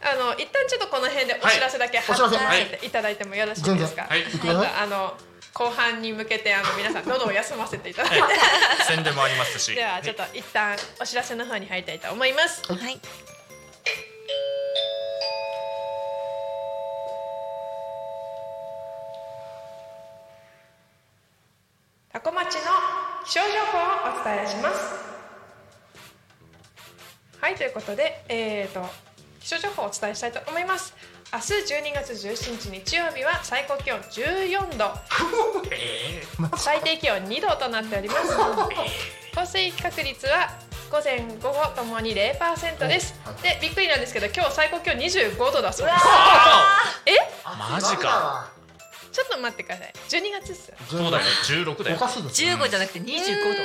あの一旦ちょっとこの辺でお知らせだけ
いお知らせ
挟ませていただいてもよろしいですか、
はい全
然はい
またあの後半に向けてあの皆さん喉を休ませていただいて
宣伝もありますし。
ではちょっと一旦お知らせの方に入りたいと思います
はい。
タコ町の気象情報をお伝えします。はいということで、えー、と気象情報をお伝えしたいと思います。明日12月17日日曜日は最高気温14度、最低気温2度となっております。降水確率は午前午後ともに0%です。でびっくりなんですけど今日最高気温25度だそうです。
あ
え
マジか
ちょっと待ってください。12月っすよ。
ーそうだよ十六だ
お
よ
か。しいです
15じゃなくて25度。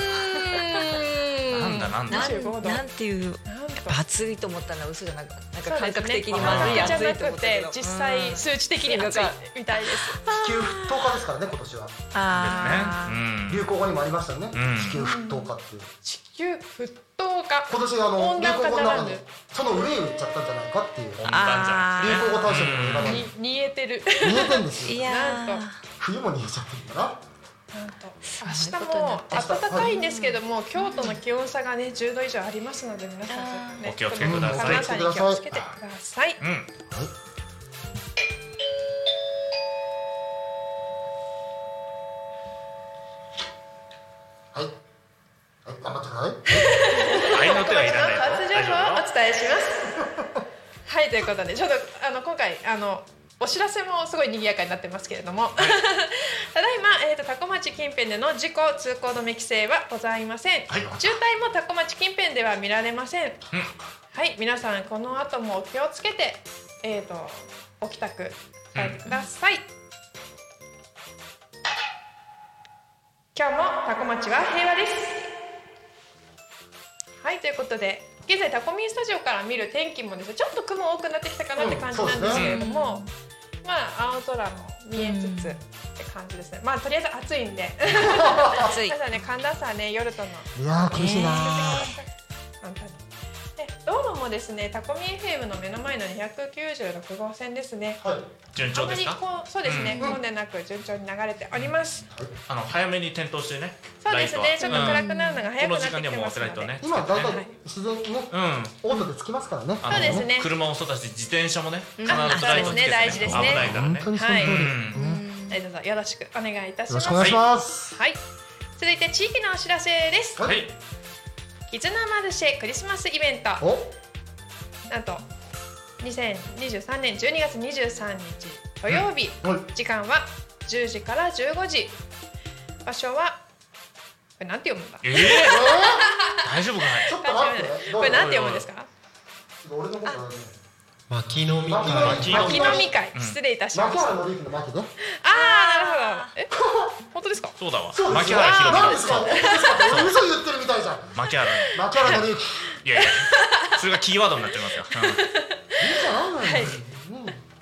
なんだなんだ。
な
25
ん
度
なんていう
なんと
暑いと思ったのは嘘じゃなくなん
そう
か
で
感
す
覚
ね
的にまずい
感覚
暑
じゃ
い
な
と思
く
ったけ
て
ど
実際数値的に暑いみたいです。
地球沸騰化ですからね今年は
あ
ね。うん。
流行語にもありましたよね
ん
地球沸騰化っていう
地球沸騰化。
今年あの
温
流
暖化
行語の
なら
中
ぬ
にその上に行っちゃったんじゃないかっていう
温暖じゃ
流行語大賞にも選ばれ
に
る
煮えてる。
逃げてんです
ーい
よ
や
なんと
ー
冬も逃げちゃってんだな
なんと
すご
明
い
日
ことにな
も
って
きた
暖かいんですけども、京都の気温差がね10度以上ありますので皆さんちょっとね
お気をつけください
寒さに気をつけてください。
うん。
はいはい頑張ってください
小町の交通情
愛の手はいらないよ。大丈
報を
夫
お伝えします。はいということでちょっとあの今回あのお知らせもすごい賑やかになってますけれども、ただいま、えー、と多古町近辺での事故通行止め規制はございません、
はい
渋滞も多古町近辺では見られません、はい皆さんこの後もお気をつけて、えー、とお帰宅されてください、今日もタコ町は平和ですはいということで現在タコミンスタジオから見る天気もですねちょっと雲多くなってきたかなって感じなんですけれども、まあ青空も見えつつって感じですねまあとりあえず暑いん [laughs] で
暑い
ただね寒暖差はね夜との
いやー苦しいな
本当にで道路もですねタコミ FM の目の前の296号線ですね
はい
順
あ
調
ま
で
り
すか。
こうそうですね、混んでなく順調に流れております、
あの早めに点灯してね。
そうです
ラ
ね
イ
ち
ト
ょっ
は
と
うん
暗くなるのが早
こ
くな
の
って
時
き
間に
て
はもう
ま
忘
すの
れないと
で
ね。
今大
ね
体自然にね
うん。
オートでつきますからね
あの
そうですね
車もそうだし自転車もね必ず
あ
ライトつけてね
そうですね大事ですね
危ないから
本
ね。
当にその通り、
はい
うん
はいどうぞよろしくお願いいたし
よ
ま
ろし
す
くお願いします、
はい続いて地域のお知らせです
は
はいい。
絆マルシェクリスマスイベント
お
なんと2023年12月23日土曜日、
はい
時間は10時から15時場所はこれなんて読むんだ
ええ。大丈夫か
ちょっと
大
待って
丈夫
ど
こ
う
れ
ぞ
なんて読むんですか
俺のことだね
巻き飲み
巻
会
き
巻
巻
き
き
飲
飲
み
み
会失礼いたしま
巻
し
き
た、
原のりの巻きね
あーなるほどえ本当ですか
そうだわ
そう。です
牧
よ
原ひろみ
何
だ
です
そ
か
う
本当ですか俺嘘言ってるみたいじゃん
牧原。
巻き原のりいい
いやいや。それがキーワードになってますよ。うん
じゃないのよ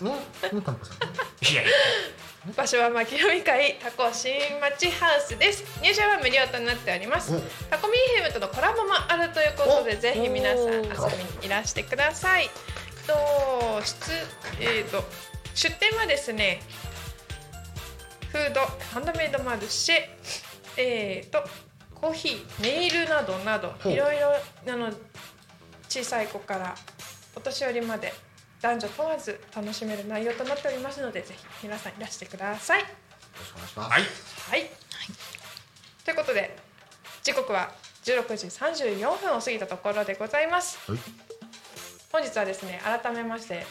うんねねたんこさん
いやいや。
場所は巻き飲み会タコ新町ハウスです入場は無料となっております
お
タコミンヘムとのコラボもあるということで
お
ぜひ皆さん遊びにいらしてくださいと出えーと出店はですねフードハンドメイドマルシェえー、とコーヒーネイルなどなど
ほう
いろいろあの小さい子からお年寄りまで男女問わず楽しめる内容となっておりますのでぜひ皆さんいらしてください。
ろしくお願いします。
はい
はい、ということで時刻は16時34分を過ぎたところでございます
はい
本日はですね改めまして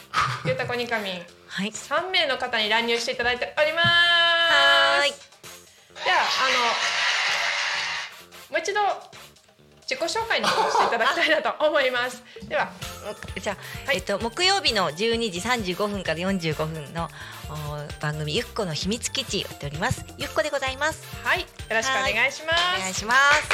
ゆうたこにかみん
はい。
3名の方に乱入していただいております
はーい。
ではあのもう一度自己紹介に戻していただきたいなと思いますでは
じゃあ、
はい
えっと木曜日の12時35分から45分のお番組ゆっこの秘密基地やっております。ゆっこでございます。
はいよろしくお願いしま
お願い
す
します。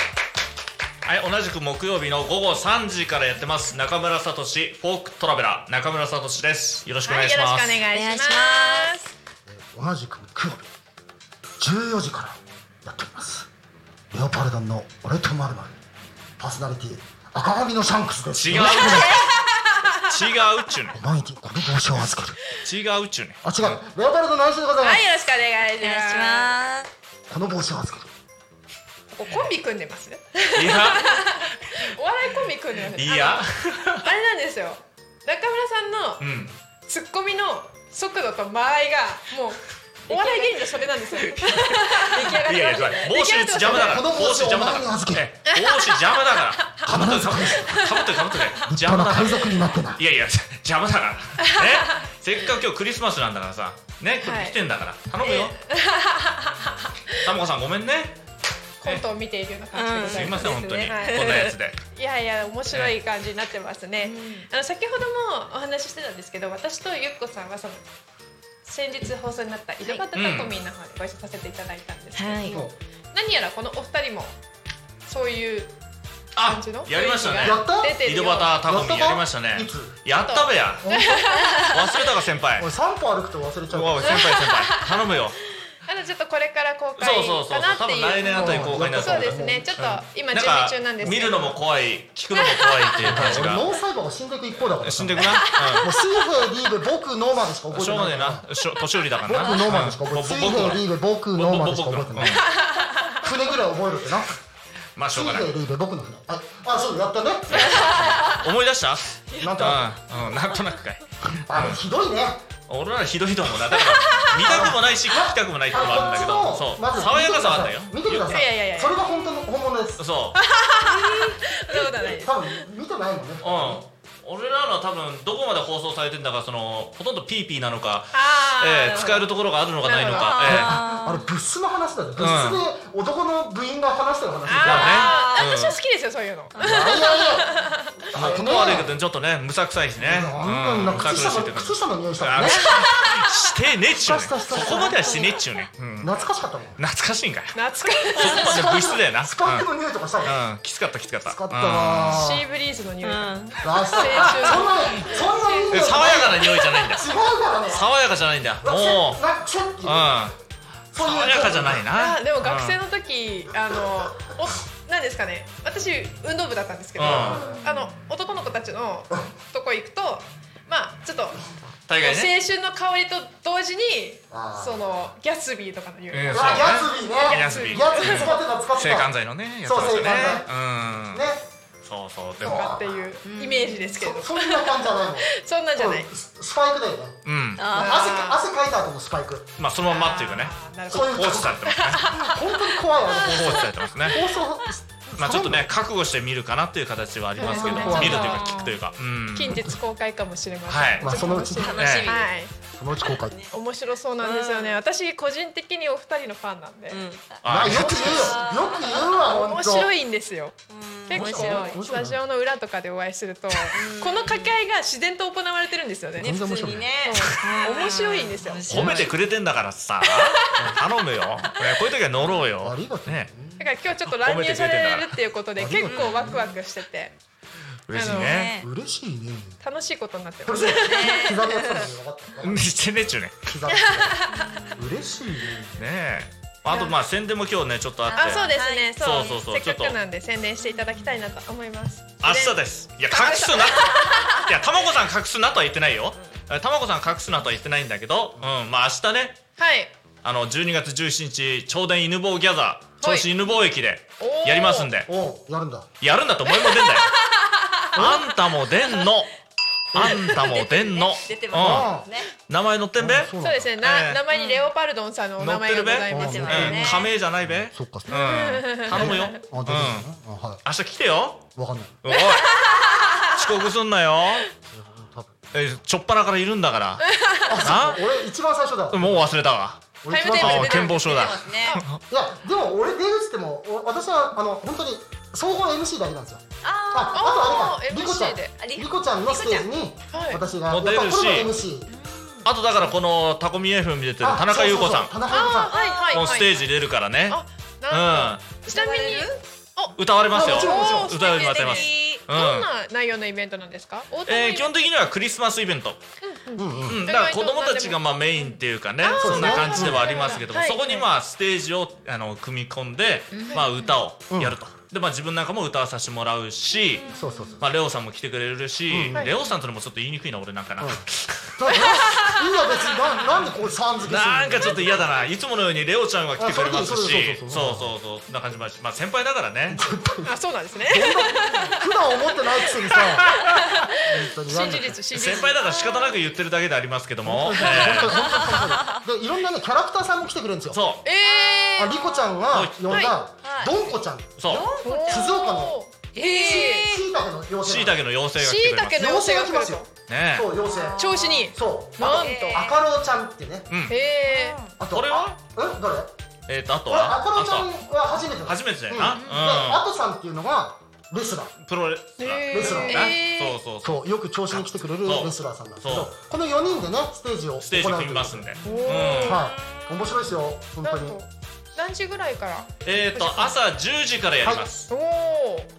はい、同じく木曜日の午後3時からやってます中村聡フォークトラベラー中村聡ですよろしくお
は
願
い
い
よ
し
ろしくお
ます、
願いします
お願
同じく木曜日14時からやっておりますレオパルドンの俺とまるまるパーソナリティ赤髪のシャンクスです
違う
よろしくお願いし
違うっちゅうね
ます毎日この帽子を預ける
違うっちゅうね
あ違うレオパルドンの話でございます、
はいよろしくお願いし
お願い
ます
します。
この帽子を預ける
ここコンビ組んでます
いや
[laughs] お笑いコンビ組んでます
いや
あのあれなんですよ中村さんの
うん
ツッコミの速度と間合いがもうお笑い芸人のそれなんですよ出来上
い
が
や
っ
い
てま
や
すね
帽子邪魔だから
この帽
帽子
子を
邪
お
魔だか
前に
ら
預ける
え帽子邪魔だからかぶってるかぶってるかぶってるかぶってる
立
邪魔
派
だ
な
から
海賊になってない
いやい [laughs] や邪魔だ
[laughs]
からねせっかく今日クリスマスなんだからさねこ
は
れ
い
来てんだから頼むよ [laughs] タモコさんごめんね
コントを見ているような感じでご
す
ざ
い
いま
ません本当に
です
は
こ
ね
い
んなやつで
すいやいや面白い感じになってますね、あの先ほどもお話ししてたんですけど私とゆっこさんはその先日放送になった井戸端タコミンの方でご一緒させていただいたんですけど、
はい。
も
何やらこのお二人もそういう
あ
感じの
やりましたね
やった
出て
井
るよ
戸
う
端タコミンやりましたね
いつ
やったべや
本
忘れたか先
当
輩お
俺
い
散歩歩くと忘れちゃうから
先輩先輩頼むよ
あのちょっとこれから公開
そうそうそう
かなっ
そう多
て
分
いう
来年あたり公開になると
そうで
思うから
すねちょっと今準備
なん
中なんですけ
か見
ど
るのも怖い聞くのも怖いっていう感
[laughs]
じ
俺
が
脳細胞が死んでいく一方だから
死んでく
も
なうん
う水平リーベ僕ノーマンでしか覚え
し
て
ょう
な
がねえ
い
なしょ年寄りだから
僕
な
ノーマンでしか覚えてない水平
僕
リーベ僕ノーマンでしか覚えてない船ぐらい覚えるってな
[laughs] まあしょ
水
うが
平
ない
リーベ僕の船ああそうだやったね
思い出した
なんとな
うん、うん、なんとなくかい
くあれひどいね
俺らひどいと思うなだから見たくもないし聞きたくもないってのもあるんだけど
こっ
そ
ちもまず
う爽やかさはあったよ
見てください
いやいやいや
それが本当の本物です
そ
そんなことはないです
多分見てないもんね
ううん俺らの多分どこまで放送されてんだかそのほとんどピーピーなのか、
あー
ええ使えるところがあるのかないのか、
あれ物質の話だよ物質で男の部員が話してる話だよ
あー
だねうん
私は好きですよそういうの
いやいやい
ええ
や
この悪い
け
け
ど
どちょっとねむさくさいしね
なんだ
むさ
靴
くさい
下
しっ
の
て感じ
靴下の匂いしたもん
あ
ね
してねっちゅうね
したしたした
そこまではしてねっちゅうね、うん、
懐かしかったもん
懐かしいんかいそこ
懐かしい
まで物質だよな
スパンク
う
の匂いとかしたもん
ん、うん、きつかったきつかった
使った
うん
わ
シ
ー
ーブリーズの匂いが、
うん。
あそうそんなそんな匂い
え爽やかな匂いじゃないんだ
違うからね
爽やかじゃないんだもう
うなちょっと
うん
そういう
爽やかじゃないな
あーでも学生の時、あのおなんですかね私運動部だったんですけど、
うん
あの男の子たちのとこ行くとまあちょっと、
大
青
概ね
春の香りと同時に
あー
そのギャツビーとかの匂い、
うん
うわやつびね
やつび
やつび使ってた使って
性
た
感
ね
剤のねやつ
そう
ですよね
性
うんそうそうで
と
も
かっていうイメージですけれど、
そそんな感じじゃないもん
そんなんじゃない
そうススパイクだよね
うん
汗か汗かいた後のスパイク
まあそのまんまっていうかね
あーなるほ
そう
ど
いう
放置されてますね
本当に怖いあ
放置されてますね
れ放送
まあちょっとね覚悟して見るかなっていう形はありますけど
うん
見るというか聞くというかうん
近日公開かもしれません、
はい
まあそのうち
ちょっと楽し
え
み
え
はい
そのうち公開
面白そうなんですよね、私個人的にお二人のファンなんで、
ま
あ
あよく言うよよく言うわ本当
面白いんですよ結
面白い
構スタジオの裏とかでお会いするとこの掛け合いが自然と行われてるんですよね
全然面白い
面白いんですよ
褒めてくれてんだからさ頼むよねこういう時は乗ろうよ
ありがとう
ね
だから今日ちょっと乱入されるっていうことで結構ワクワクしてて
嬉しいね
ね。
嬉しいね
楽しいことになって
こ
ま
れ
す
ね刻みやつなんで分かった
[laughs] うんしてねっちゅうね
刻み嬉しいね
ねえあとまあ宣伝も今日ねちょっとあって
あそうですね
そう
そう
そうそう
せっ
ち
か
ょっと
くなんで宣伝していただきたいなと思います
明日ですいや隠 [laughs] すないやたまこさん隠すなとは言ってないよたまこさん隠すなとは言ってないんだけどうんまあ明日ね
はい
あの12月17日超電犬坊ギャザー
は
銚
い
子犬坊駅で
おー
やりますんで、
おうやるんだ
やるんだと思いも出ん [laughs] だよあんたも出 [laughs] んのあんたも出んの、
出て
う
ますね。
ん、名前載ってんべ
あそう
そうですね、
え
な
え
名前にレオパルドンさんのお名前がございま
載っ
す
て
の
る
で
べ
うん
ね
加盟じゃないべ
そっかそっ
うん
か
頼むよ
あ出てるねあは
明日来てよ
いわかんない
おい遅刻すんなよ
多分
えちょっぱなからいるんだから
あ俺一番最初だ
もう忘れたわ
俺一
タイム
番
テーブ
最
ル
あ
初
出
あ
てない
健忘症
出
だ
てます
いやで
ね。
も俺出口ってもお私はあの本当に総合 MC だけなんですよ
あ
ああとあれ
おー
かリコちゃ
MC で
んリコちゃんのステージに
はい
私が
もう出るし
やっぱこれも MC
あとだからこのタコミ F 見ててる
あ
田中優子
そう
さ
そうそうん田中優子
あ
さ
はいはいはい
もうステージ出るからね
あなん
う
とちなみに
ん歌われますよ
あもちろんもちろん
歌われます
どんな内容のイベントなんですか大友
え
イ
ー
ベン
基
ト
本的にはクリスマスイベント、
んうんうん
うん、だから子供たちがまあメインっていうかね
ー
そんな感じではありますけども、
はい
そこにまあステージをあの組み込んで、まあ、歌をやると、でまあ自分なんかも歌わさせてもらうし、
そうそうそう
まあ、レオさんも来てくれるし、
はい
レオさんとのもちょっと言いにくいな俺なんかな、
だからいいよ別にななんでこうさん付けするの
なんかちょっと嫌だないつものようにレオちゃんは来てくれますし
あそ
そうう
そうそう
そうそうそんな感じまあまあ先輩だからね
あそうなんですね
普段思ってないくせにさ本当になんだか
新事実新事
先
実
輩だから仕方なく言ってるだけでありますけども、
本当
え
に本当にでいろんなねキャラクターさんも来てくれるんです
ー
よ
そ
え
あリコちゃんが呼んだ
い
ドンコちゃん
うそう
ー
静岡の
ええ
しいたけの妖精
椎
なの
茸の妖精が来
しい
てくれ
た
ます
け
妖精
の妖
が来
精が
ま
来
す
る
よ
と
ね
そう妖精
調子に
そう
な
あ
んと
と赤郎ちゃんっていうね
え、うん、
え
あと
これは
え誰
えー、とあと
俺
は
赤郎
あ
ち
と
ゃん
は
は初めてだ
初めてだよ
うん
な
で
うん
アトさんっていうのがレスラー
プロレスラー
え
レスラー
な
えー
そうそうそう
そうよく調子に来てくれる
そう
レスラーさんなんですけ
そ
ど
う
この4人でねステージを行う
ステージ組みますんで、うん、え
はい面白いですよ本
な
当
ん
に
と何時ぐらいから
っ、と朝10時からやります、
おお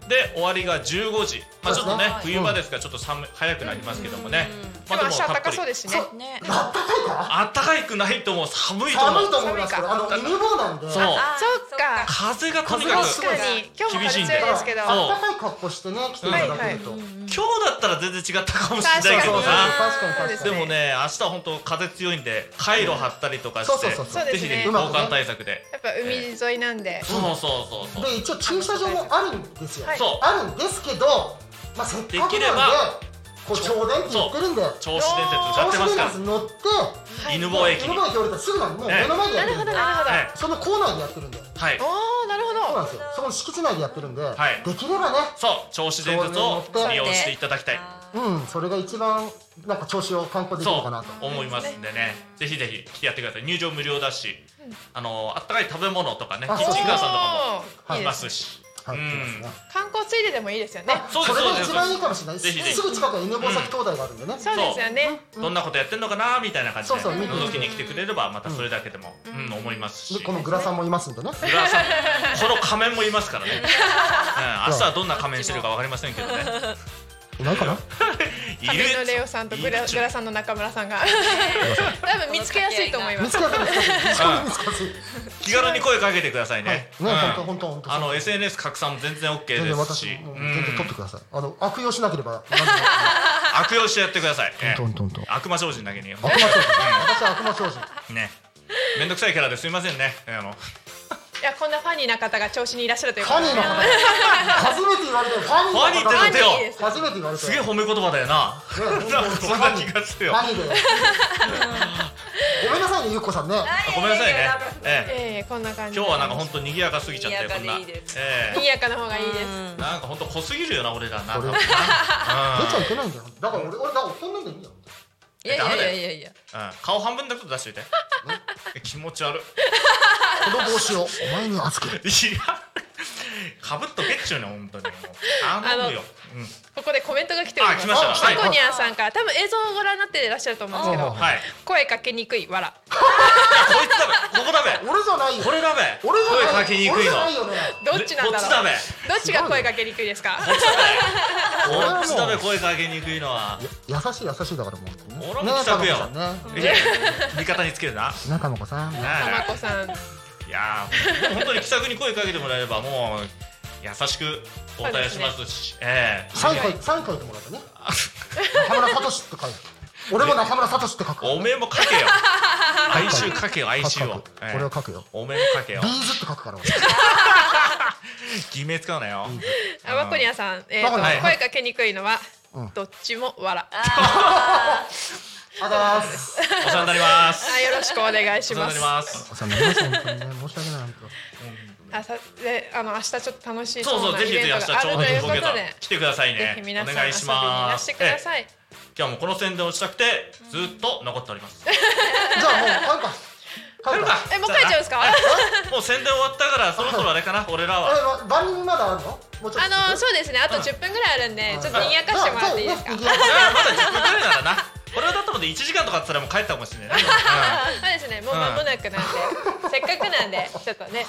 で終わりが15時まあちょっとね
そうですね
冬場ですからちょっと寒い早くなりますけどもね、
今
ま
日
あ
明日暖
たっぷ
か
り
そうですし
そ
ね
うあったかいか
あったかいくないとも寒いと
寒
も
いと思いますけどあの犬坊なんで
そう
あ
あー
そっか
風がとにかく
確
風が
かに今日も
厳し
風
いん
強い
だ
で
よ
すけど
そう
ったかい格好してね来ていただけるとそう
は
今日だったら全然違ったかもしれないけ
そう
ど
そう確
な
かに確か
で
に
もね明日は本当風強いんでカイロ張ったりとかして、
そうそうそう
そう
ぜひね
そうですね
防寒対策で、
やっぱ海沿いなんで
そうそうそうそう
で一応駐車場もあるんですよ、
はい
そう
あるんですけど、まあ、せっかくなんで
できれば
こうちょうだいって言ってるんで
銚子電鉄歌ってます
電
か
鉄乗って
ら犬坊駅
犬
に
坊駅降りたらすぐなんでもう
ええ
目の前でや
な
って
る
るんで
ほどなるほど
はい
そのコーナーでやってるんでそう
はい
ああなるほ
な
ど
んですよそこの敷地内でやってるんで
はい
できればね
そう銚子電鉄を利用していただきたい
うんそれが一番なんか調子を観光でき
そ
るかなと
う思いますんでねぜひぜひ来てやってください入場無料だし、あのあったかい食べ物とかね
あ
市
そう
川さんとか
おー
も
いい
い
で
ますす
ね
し
はい、
うん
そうですね
観光ついででもいいですよね
そうです
れ
そう
が
です
一
そう
番いい
で
かもしれない
ぜひぜひ
すぐ近くに犬坊崎灯台があるんでね、
そうですよね
すどんなことやってんのかなみたいな感じ
そ
で
うそう見て
覗きに来てくれればまたそれだけでも、うん思いますし
でこのグラさんもいますんでね
グラさんこの仮面もいます
[laughs]
からね、うん、明日はどんな仮面してるかわかりませんけどね
いないかない
亀の
る
レオさんとグラ
いる
グラさんの中村さん
[laughs]
が多分見つけやすいと思いま
見つ
す
けやすい一番見つけ
[laughs]
やすい
気軽に声かけてくださいね
ね、
うん
本当本当本当。
あの SNS 拡散も全然 OK
全然
です
私
し、
もう
う
全然
ん
取ってください。あの悪用しなければ。何でも
悪用してやってください、ええ
トントントン
悪魔精進だけに
悪魔精神。私は悪魔精神。
ねめんどくさいキャラですいませんねあの
いやこんなファニーな方が調子にいらっしゃるというこ
ファ
と
ニー
で
の方。初めて言われたよ。ファニーの方。
ファニーって言って
ファニー
よ
です
初めて言われた
すげえ
よ。
褒め言葉だよな
ね
なんかそんな気がしてよ
ファニーで。ごめんなさいねゆっこさんね。
ごめんなさいね、ええ
ええこんな感じ
今日はなんか本当に賑やかすぎちゃって
賑
こんな
やかでいいです
え
賑やかな方がいいです
えなんか本当濃すぎるよな俺らな
これ
うん
出ちゃいけないんだよ。だから俺俺だからこんなんでいいよ。
いやいやいやいやいや。
うん顔半分だけ出しといてえ気持ち悪い
この帽子をお前に預ける。
いやかぶっとけっちゅうね本当にもう頼むよ、うん、
ここでコメントが来ております
あ来ました
あ
はい
マコニャンさんから多分映像をご覧になっていらっしゃると思うんですけど
あ
はいいや
声かけにくいわら
こいつだべここだべ
俺じゃないよ。
これだべ
俺じゃない
声かけにく
俺
い
じ
の
ゃないよね。
どっちなん
こっ
だ
ちだ
ろう
べ
どっちが声かけにくいですか
こっちだべこっちだべ声かけにくいのはい
や優しい優しいだからもう。ね
俺も気さくよ
ね玉子さんね。
いや味方につけるな
ね玉子さん。ね
たま
なあ
こさん
いやー本当に気さくに声かけてもらえればもう優しく応対しま
[laughs]
すしええ
サイン書いサイン書いてもらってね。中村聡って書いて。俺も中村聡って書く。
おめえもかけよ哀愁かけよ哀愁
書く
を
書くこれを書くよ。
おめえもかけよ
ビーズって書くから俺。
偽名使うなよ
あワコニャさん、えーと
ワコニ
ャ
声かけにくいのは、
うん
どっちも笑。
あ
あざーす。
お世話になります
あよろしくお願いし
お世話
ま
にな
す
り。ます
お世話になりました本当にね申し訳
[laughs]
ない本
あさであの明日ちょっと楽しい
そうそう
な
ぜひぜひ明日ちょ
あるという
う
こ
ど
と
動けた
で。
来てください
ぜひ
ね
皆
お
さん
願いしま
遊
す
びにいらしてくだ
ええ
さい。
今日もこの宣伝をしたくてずっと残っております
当。じゃあもう帰るか。帰るか。
えもう帰っちゃうんですか？あ
もう宣伝終わったからそろそろあれかな俺らは
あれ番組まだあるの？もうちょっと。
のそうですねあと10分ぐらいあるんでちょっと賑やかしてもらっていいですか？
あ
そ
そうう
で
そう
じゃあまだ10分ぐらいならなこれはだったので1時間とかっつったらもう帰ったかもしれないね
[laughs] すねもう間もなくなんでせっかくなんでちょっとね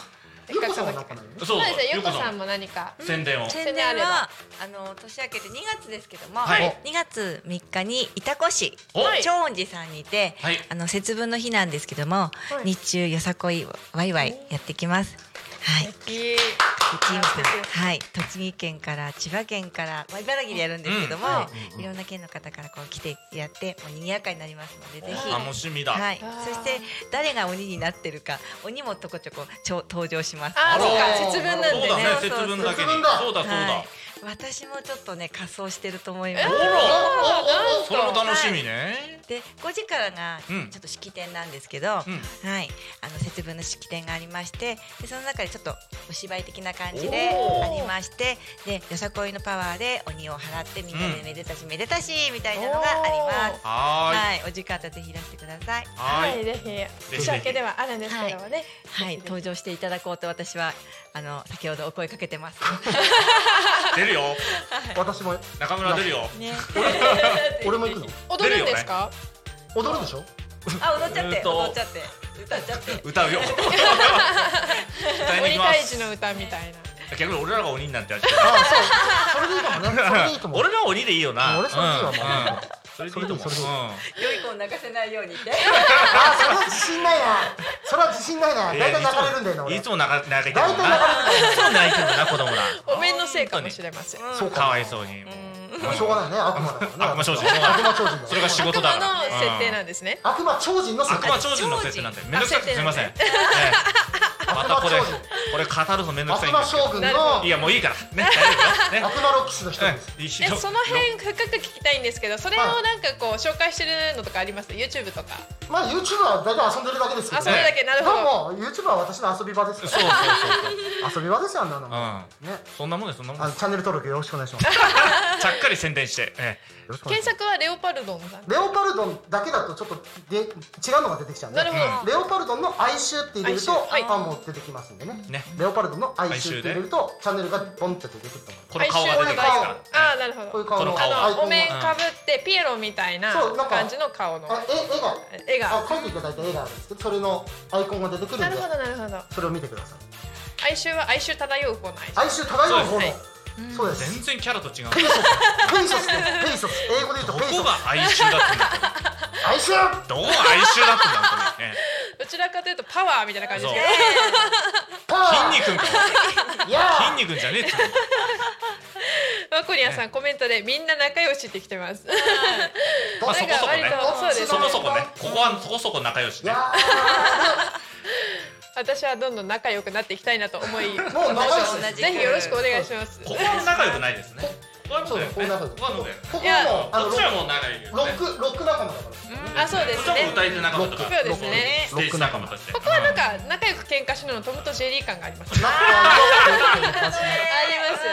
せっ
ゆ
か
うこ
く
さん
の
は
機
なんか
会
ないの
うん
そう
そう
ですねゆうこさん
も
も何か
宣伝を
ー
ん
宣伝はあの年明けて2月ですけども、
はい
2月3日に潮来市
お
長音寺さんにて、
はい
あの節分の日なんですけども、日中よさこいワイワイやってきます。はい。
いい
チームさん
素敵です
はい、栃木県から千葉県から、まあ、茨城でやるんですけども、
うん
いろんな県の方からこう来てやってもう賑やかになりますのでぜひ。
楽しみだ、
はい
あー、
そして誰が鬼になってるか鬼もちょこちょこちょ登場します。
あーそ
ら
うか
ー
節分なんで
そうだね
ね。
そうそう
節分だけに
節分だ
そうだそうだ、
はい、私もちょっとね仮装してると思います
お。らおおおそれも楽しみね、
で5時からがち
う
ょ
ん
っと式典なんですけど、
うん
はい、あの節分の式典がありましてでその中でちょっとお芝居的な感じで
おー
ありましてでよさこいのパワーで鬼を払ってみんな
う
で
ん
めでたしめでたしみたいなのがあります。
はーい
はい、お時間あったらぜひいらしてください。
は
は
ーい
いぜひ年明けではあるんですけどもね。
はい、登場していただこうと私はあの先ほどお声かけて [laughs] ます。
出るよ
私も
中村出るよ
ね、
俺も行くの。
踊るんですか？
踊るでしょ？
あ、踊っちゃっ
うーん
て、
と
踊っちゃって、歌っちゃって。
[laughs]
歌うよ歌いに行
鬼
きま
退治
す
の歌みたいな。
逆に俺らが鬼になんてやっちゃ
ああそう。それでいいかもね。それでいいと
う
思う。
俺らは鬼でいいよな
俺それでいいわもう
うんうんそれでいいと思
それ
う
でいいそれでいい
[laughs] 良い子を泣かせないようにって。
あそれは自信ないな。それは自信ないな。
う
大
ん
体流れるんだよな俺。
いつもいつも泣か泣いてる
大
もんな
体流れるんだよ
いつも泣いてるもんな子供ら
お面のせいかもしれません。
な。そう
かわい
も
そうに
う。しょうがないね。悪魔だからね。
悪魔超人
悪魔超人だ。
それが仕
悪
事だ
魔
か
の
ら
設定
う
なん
ん
ですね。
悪魔超人の世
悪
界
魔超人の設定なんてめんどくさくてすみません
あ [laughs]
ねまたこ
悪魔
れ
超人
これ語るのめんどくさ
悪
いんで
魔
すけ
将
ど
軍
なるほ
の
いやもういいからね大丈
悪魔ロックスの一人
夫よね
です。
うん一
え
緒
その辺深く聞きたいんですけどそれをなんかこう紹介してるのとかあります YouTube とか
まあ YouTube は大体遊んでるだけですけど
あそ
ね
れだけなるほど
どうも YouTube は私の遊び場です
そう
か
そうそう
ら遊び場ですよあんなの
そうう
も
ん
ね
そんなもんですそんなもん
あ
で
の
す
チャンネル登録よろしくお願いしますよ
ちゃっかり宣伝してえ
ろしくお願いし
検
ます
索はレオパルドンさん
レオパルドンだけだとちょっとで違うのが出てきちゃうんで
なるほど
レオパルドンの哀愁って入れると
哀愁はい
パンも出てきますんでね
えね
レオパルドンの哀愁って入れるとチャンネルがボンって出てくると思います
この顔が出てきますから
ああなるほ
こうい
ど
う顔の
この顔
あのお
アイ
面
コン
かぶってピエロみたいな
そうなんか
感じの顔の
あ絵絵が
絵が
あ描いていただいた絵があるんですけどそれのアイコンが出てくるんで
なるほどなるほど
それを見てください
哀愁は哀愁漂う子の哀愁
哀愁漂う方
は
の
い
そうです
全然キャラと違う
ペイソス、ペイソスね、ペイソス、英語で言うと
どこ
ペイソス。
が哀愁だったんだ
哀愁。
どこが哀愁だったんだこれね
どちらかというとパワーみたいな感じですけど
パワー。
筋肉か
肉。いやー。
筋肉じゃねえっつうの
ワコニアさんコメントでみんな仲良しって来てます
まあそこそこね
なんか割とそうですね
そこそこねここはそこそこ仲良し
い
ね
や
私はどんどん仲良くなっていきたいなと思い
ー。もう長いし。
同じ
ぜひよろしくお願いします
ここは仲良くないですねここはも
そうう
だ
だ
よ
よ、
ね
こんな感
ここ
ここ
はもうだよね
や
はもう、あの、
こ
ロ
っちはもう仲良いよ
ック、ロック仲間だから。
あそうで
こっ
す
ちはもう
ね
歌い手仲間とか
そうですね
ステージ仲間として
ここはなんか仲良く喧嘩してるのトムとジェリー感があります
[laughs]
ね
なんかロックの
ありますよ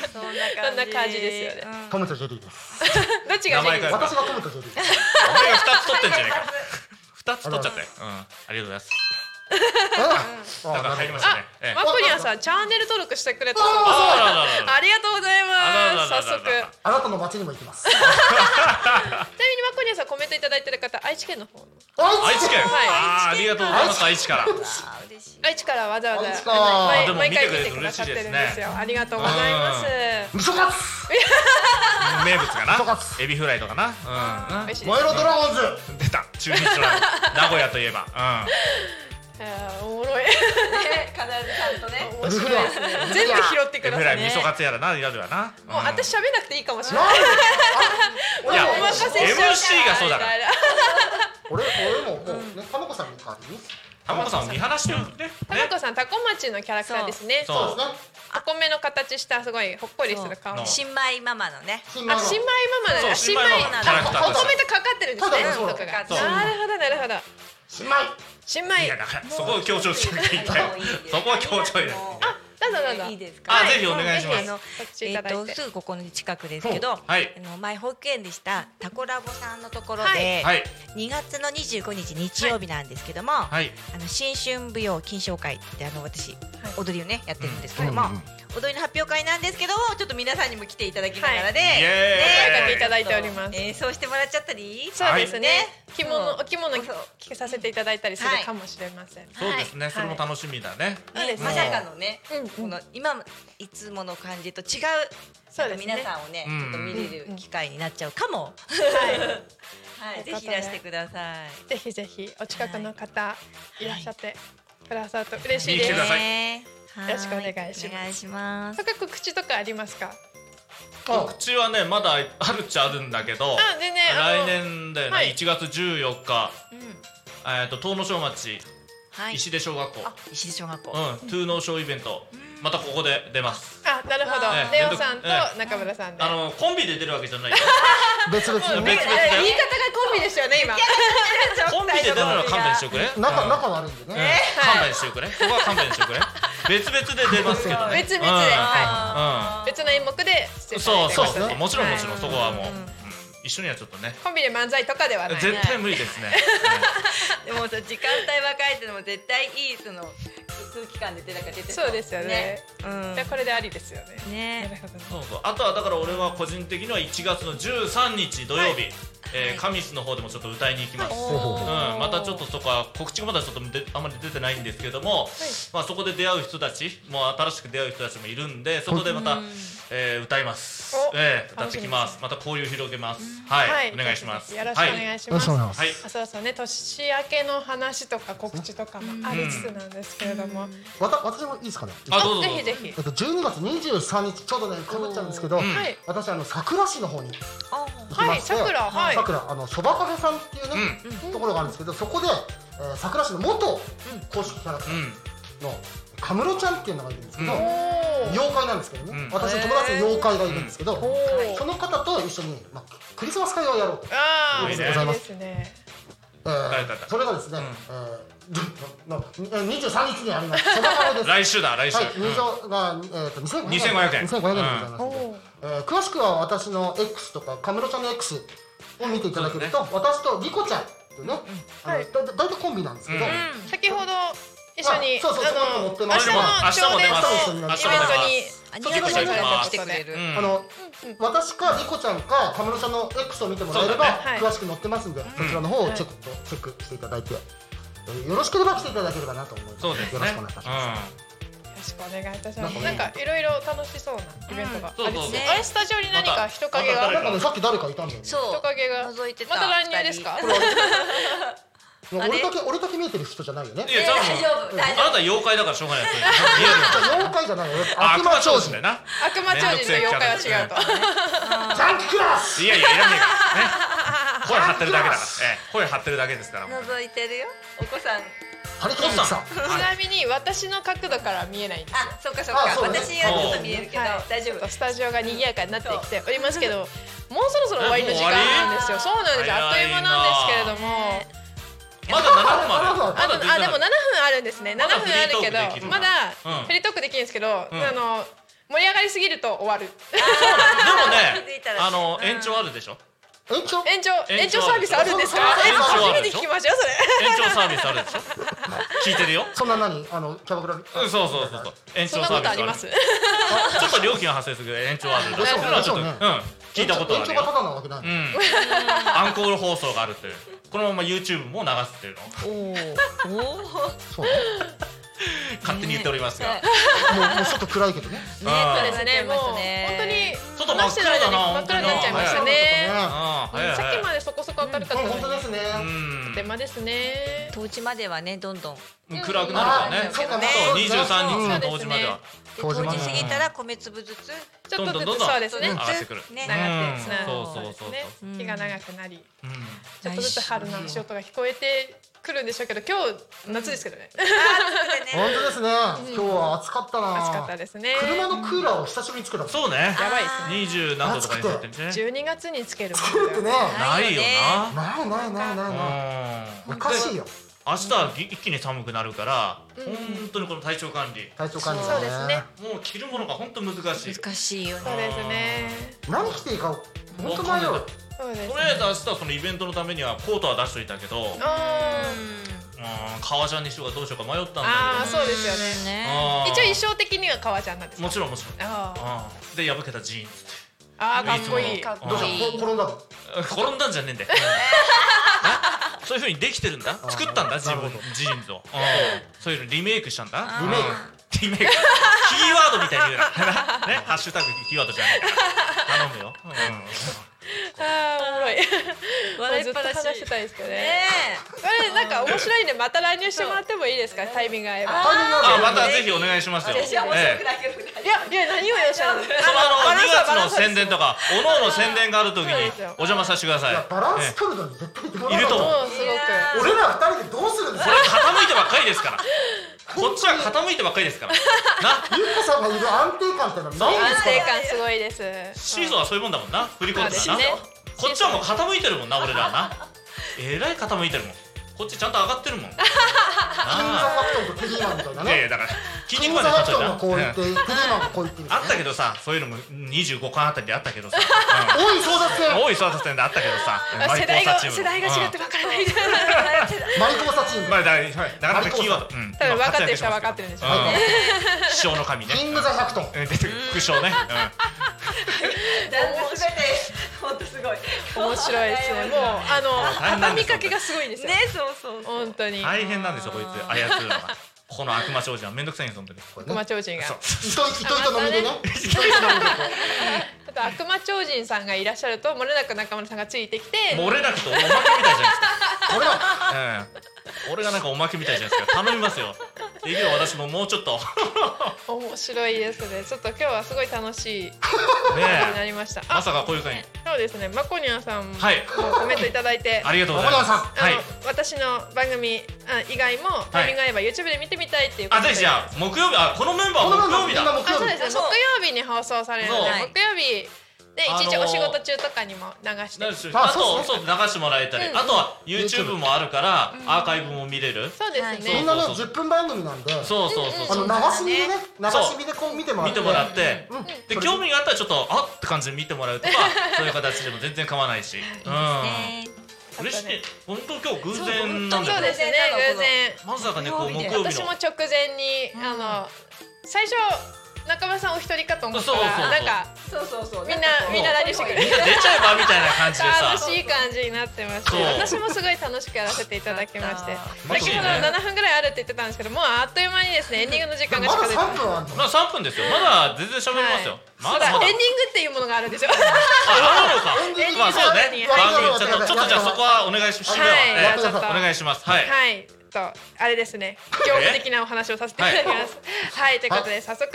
ね
[laughs] そん
そんな感じですよね
トムとジェリーです。
どっちがジェリーですか
私がトムとジェ
[laughs]
リーです。
お前が二つ取ってんじゃねえか二つ取っちゃったようんありがとうございます
うんあ
だ
ー
から入りましたねええ
あ、マコニアさんチャンネル登録してくれたの
あ
あ
ららららら
りがとうござい
あららら
ま
ら
す早速ちなみに
あなたの街にも行きます。
マコニアさんコメントいただいてる方愛知県の方の
愛知県
はい
あーありがとうございます愛知から
嬉しい。
愛知からわざわざ
愛知か
あで
毎
も
毎回
見
見
て
て
く
く
れ
だ
て
さ
嬉しい
って
です
る
ね
んですよありがとうございます
味噌カツ。
名物か
正
な
月
エビフライとかなうん
美味しいで
燃え
す
ろドラゴンズ。
うん出た中日ドラゴン名古屋といえばうん
あーおもろい
ね、必ずちゃんとね。
面白いですね [laughs] 全部拾ってく
エビ
だ
フ
さ
ラ
い
イ味
ね
噌カツやらなやるわなうん
もう私喋んなくていいかもしれ
なん
ない
で。
いや
お任せしちゃうから
MC がそうだか
み
ら
たいな
俺俺ももうねタマコさんの代わりに
浜田さんを見放してるね
タマコさんタコ町のキャラクターですね
そう
そうですね
お米の形したすごいほっこりする顔
そう
あ
新米ママのね
新
新
米
米
の
ママだ
そ
ね
う
あ
新
新
米
米
のキャラクター
お
とし
米
て
とかかってるんです
そ
ね
うだそうだ
とかが
そう
なるほどなるほど
新米
新
い
米
やだからそこを強調してないんだよ
もういいです
そこは強調いらない
あどうぞどうぞ
いいですか
あぜひお願いしま
あ
す
の
こっちい
え
た
っ
だい
と
て
すぐここの近くですけど、
はい
あの前保育園でしたタコラボさんのところで、
はい
はい
2月の25日日曜日なんですけども、
はい
あの新春舞踊金賞会ってあの私、踊りをねやってるんですけども、
うんうん
踊りの発表会なんですけどもちょっと皆さんにも来ていただきながらで、
イ
声
エ
か
ーイ
けいただいております
演奏してもらっちゃったり
そうですね
はい
着物
そう
お着物着させていただいたりするかもしれません
そうですねそれも楽しみだね
そうです
まさかのね、
うんうん
この今いつもの感じと違う
そうです
皆
ね
さんをね、
うん
ちょっと見れる機会になっちゃうかも、はい、
という
ぜ
ことで
ひいらしてください。
ぜひぜひお近くの方いらっしゃってくださると嬉しい
見
です
てください
ねはい
よろしくお願いします
お願いします。
高く口とかありますか
告知はねまだあるっちゃあるんだけど
あ全然あの
来年だよね
はい
1月14日
うん
えっと東野小町
はい。
石出小学校
あ、石出小学校。 [laughs]
うんトゥーノーショーイベントまたここで出ます
あなるほど
ええ
レオさんと
え
中村さんで
あのコンビで出るわけじゃないよ
[laughs] 別々に
別
ね
々
え
だ
言い
よ
方がコンビですよね今
コンビで出るのは勘弁しておくれ
仲
うん
仲悪いんで
うん
ね
勘弁しておくれここは勘弁しておくれ別々で出ますけどね
別々で
うん
は
うん
別の演目で出演さ
そう
れて
そう
ますね
そうもちろんもちろん
はい
そこはもう、
うん
うん一緒にはちょっとね
コンビで漫才とかではない
絶対無理ですね、
[laughs]
はい
でもさ時間帯分かれてるのも絶対いいその空気感で出なんか出て
そうですよね。
うん
じゃあこれでありですよねなる
ね。
ほど
そうそうあとはだから俺は個人的には1月の13日土曜日、えー
はい
カミスの方でもちょっと歌いに行きます、
お
うん、またちょっとそこは告知がまだちょっとであまり出てないんですけども、まあ、そこで出会う人たちもう新しく出会う人たちもいるんでそこでまた、えー歌います
お、
えー歌ってきますまた交流広げます、はい、お願いします
よろしくお願いします。
ます
はい、
あそうそうね年明けの話とか告知とかもありつつなんですけれども、
わた私もいいですかね
あどうぞ
ぜ
どう
ひ
ぞ
ぜひ
えっと12月23日ちょうどねかぶっちゃうんですけど、
ん
はい
私あの桜市の方に
あ
行きまして、
はい桜はい
桜あのそばカフェさんっていうね、ところがあるんですけどそこで、えー桜市の元公式キャラクター
うん
のカムロちゃんっていうのがいるんですけど、
うん
妖怪なんですけどね、
うん
私の友達の妖怪がいるんですけど、
ー
その方と一緒に、まあ、クリスマス会をやろうと、
ああ
いいね
いいですね
え
誰だ
ー
った
それがですね、
うん
えーののの23日にありますそばカフェです
来週だ来週、
はい、
うん
入場が、えー、と2500円2500円
2500円
でございます
お
ので、
お
えー詳しくは私の X とかカムロちゃんの X を見ていただけると、私とリコちゃんっていうね、あの
はい
だだ大体コンビなんですけど、
うん
先ほど一緒に
あそうそう
あの
そこに
明
も載ってま
日
す
の朝
明日も出ます
明
礼
日も出
のイベ
ま
ン
す
ト
そう
に
あ、2
そう
そ
月に来て
う
くれる。
うん
あの
うん
私かリコちゃんかカムロちゃんの X を見てもらえれば、
そう
だねはい
詳しく載ってますんで、そちらの方をチェック,、チェックしていただいて、えーよろしければ来ていただければなと思います
そうで
よ
すね
ろしくお願いいたします、
よろしくお願いいたしま
なんかね
す。なんかいろいろ楽しそうなイベントがあり
うんそうそう
つ
そう
つ、あれスタジオに何か人影
また
が
なんかねさっき誰かいたんだよね
そう。
人影が
覗いてた。
また乱入ですか
い
二人？
や
あれ
俺だけ俺だけ見えてる人じゃないよね
いや多分
[laughs]
大丈夫大
あ
丈
なた妖怪だからしょ
[laughs]
うがないですよ見える
じゃあ妖怪じゃないよ
あ
悪魔超人
だよな
悪魔超人と妖怪は違うと。
ジャンククラス
いやいやいらねえからね声張ってるだけだから、ええ、声張ってるだけですからもう
夫。覗いてるよ。お子さん。
ハリケーンさんさん
ちなみに私の角度からは見えないんです。
あ、そっかそっか
あ。そうね
私はちょっと見えるけど
はい
大
ち
丈
ょっ
夫
と。スタジオが賑やかになってきておりますけど、もうそろそろ終わりの時間なんですよ。
え
そうなんですよ。あっという間なんですけれども、
まだ7分まで
あ
まだ出て
あで
ない
も7分あるんですね。7
まだ
分あるけ
フリートークでき
ど、
る
まだ
うん
フリートークできるんですけど、
うん
あの盛り上がりすぎると終わる。
でも
気づい
ね
たら
あの延長あるでしょ
延長
延長延
延長
長サービスあるんですか？
あ
え
延長あ
初
る
めて
でしょ
聞きましたよそれ。
延長サービスあるでしょ聞いて
[laughs]
るよ
そんな何あのキャバクラ
うんそうそうそうそう延
そん
長
な
サ
こ
ー
と
ビス
あります。
ちょっと料金は発生するけど延長あ
[laughs]
る
でしょうね
それはちょっと、う
で
ん
しょうね、
聞いたことあ
延
る
長
よ
がただなわけない、
うんアンコール放送があるというこのまま YouTube も流すっていうのを
そうね
[laughs] 勝手に言っておりますが、
もうもうちょっと暗いけどね
うん
そう
ですね。もう本当に
ちょっと真
話
っ暗だな
してる間に真っ暗になっちゃいましたね。
ああ早い
さっ
早
き
い
までそこそこ明るかった
うん
の
本
に
当。ですね、
うん
手間ですね。
当時まではねどんどん。
もう暗くなるから
あ
ね
そうか
そう23日の当時までは
そうで
麹
すね
麹
混
ぜ
過ぎたら米粒ずつ
ちょっとず
どんどんどん
つ
どん
そうです
う
ね
ん上。がってくる
ね
上がって
うん
そう
そうそうそうそう
ですね。日が長くなり、
うん
ちょっとずつ春の足音が聞こえてくるんでしょうけど、今日夏ですけどね。
本当ですね。今日は暑かったな。
暑かったですね。
車のクーラーを久しぶりに作った。
そうね
やばいですね。
二十何度とかになってるね
12月につける
作るってね。
ないよな
ないないないないない。
うん
おかしいよ。
明日はぎ一気に寒くなるから本当にこの体調管理
体調管理、ね。
そうですね。
もう着るものが本当難しい
難しいよね
そうですね。
何着ていいか本当
わか
迷
んな
う
い。
そうです
とりあえず明日はそのイベントのためにはコートは出しといたけど、うん、革ジャンにしようかどうしようか迷ったん
あ
だ
あ、そうですよね。
けど
ね
あー
一応衣装的には革ちゃんなんですか。
もちろんもちろん
あー
あーで破けたジーンズ
あー、かっこいい。
かっこ
どう
いい
したこ転んだの。
転んだんじゃねえんだよなそういう風にできてるんだ
ー
作ったんだ自分の
なるほ
ジーンズを、うんそういうのリメイクしたんだ
リメイク
リメイクキーワードみたいに言う [laughs] なねハッシュタグキーワードじゃないから頼むよ、う
ああ、おもろい。
笑いっぱな
ず
し
と話してたいですけど
ね
ね。これなんか面白いんで、また来入してもらってもいいですか、タイミング合えば。
タイミング合
ん、あ
う
またぜひお願いしますよ
私は面白くないけど
いや、いや、何をよっしゃるの。
そのあの2月の宣
伝。
伝とか、おのおの宣伝があるときに
そうですよ
お邪魔させてください。
いやバラン
え
ス取るのに絶対いてもら
えいると思う。
うん、すごく。
俺ら二人でどうするんです
こ
か
れ傾いてばっかりですから。こっちは傾いてばっかりです
[laughs]
から。な、
ゆっこさんがいる安定感ってのはないんです
安
か
定
ら
感すごいです。
シーソーはそういうもんだもんな。振り込
そ
ん
うで
でた
す
らな
ね。。
こっちはもう傾いてるもんな、俺らはな。えらい傾いてるもん。こっちちゃんと上がってるもん。な
金座
あ。
ファクトリーとテリーマンみたいない
やいや
ね
だから筋
金
肉
座
ま
フ
で
ァク
例
ト
え
リーがこう言って
たうん
テリーマンがこう言って
あったけ
ど
どさ、そういうのも25巻あたりであったけど [laughs] さ。
多い争奪
うん
戦
多い争奪戦であったけど
[laughs]
さ。マリ
世
コー
代
サ
が、
チーム
世代が違って分からない。
マリコーサチーム
まあ、だからはいなかなかキーワード、うん、
多分分
今
かってる人は分
活
か
躍
ってるんでし
し
てょ
ま
う
すから
ね。
うん師匠の神ね
キングザファクトン
うん出てくる副将ね、
なんで全て本当すごい
面白いですね。もう、あの、畳みかけがすごいんですよ
ね。そうそうそう
本当
う
に
ん。大変なんですよこいつ操るのがこの悪魔少女はめんどくさいんです本当に
これ
悪魔
ね
超人が。
そう
糸糸糸のみでね糸糸のみでこう
あと悪魔超人さんがいらっしゃると、漏れなく中村さんがついてきて。
漏れなくとおまけみたいじゃないですか俺,、うん、俺がなんかおまけみたいじゃないですか頼みますよできれば私ももうちょっと
面白いですね。ちょっと今日はすごい楽しい日
ね
にな
え
りました。
ま
あ、
さかこういう会に
そうですね。マコニャンさんも
はい
コメントいただいて。
ありがとうございます
わか
あ
は
の
い
私の番組あ以外もタイミング合えば YouTube で見てみたいっていうこ
あ
とで、
ぜひじゃあ木曜日あこのメンバー
このま
は木
ま
曜
み
日
ん
だ
な木
あ
曜
そう
日
ですね木
そう
曜日に放送されるので
そう
木曜日で
あのー
一日お仕事中とかにも流して、
なんでしょう
あ
あ
そう
と
です
そう流してもらえたり、あとは YouTube もあるから、アーカイブも見れる、
そうです
みん
ね、
な
そうそ
ね
うそう
十分番組なんであ
そうそうそうそう
の流し見でね流し見でこう見てもら
見
って
もらって、
うん
で興味があったらちょっとあって感じで見てもらうとかそういう形でも全然構わ [laughs] ないし、
ね
うん、嬉しい本当今日偶然な
そ
そうで
んだけ
う
ど
すね偶然
まさかねこう木曜日の
私も直前に、あの最初中村さんお一人かと思ったら
そうそうそう
なんか
そうそうそう
みんなみんな乱入してくる
みんな出ちゃえばみたいな感じでさ
楽しい感じになってまして
そう
私もすごい楽しくやらせていただきまして
よか
った
先ほど7分ぐらいあるって言ってたんですけどもうあっという間にですねエンディングの時間が
ま
近
だ
づいて
三分あるの
まあ3分ですよまだ全然喋れますよ、まだまだ
エンディングっていうものがあるんですよ
あある
エ
のか
ンディング
まあそうね番組ちょっとちょっとじゃあそこはお願いします、
はい
ええ
ちょっと
お願いしますはい、
はいとあれですね業務的なお話をさせていただきますはい、ということで早速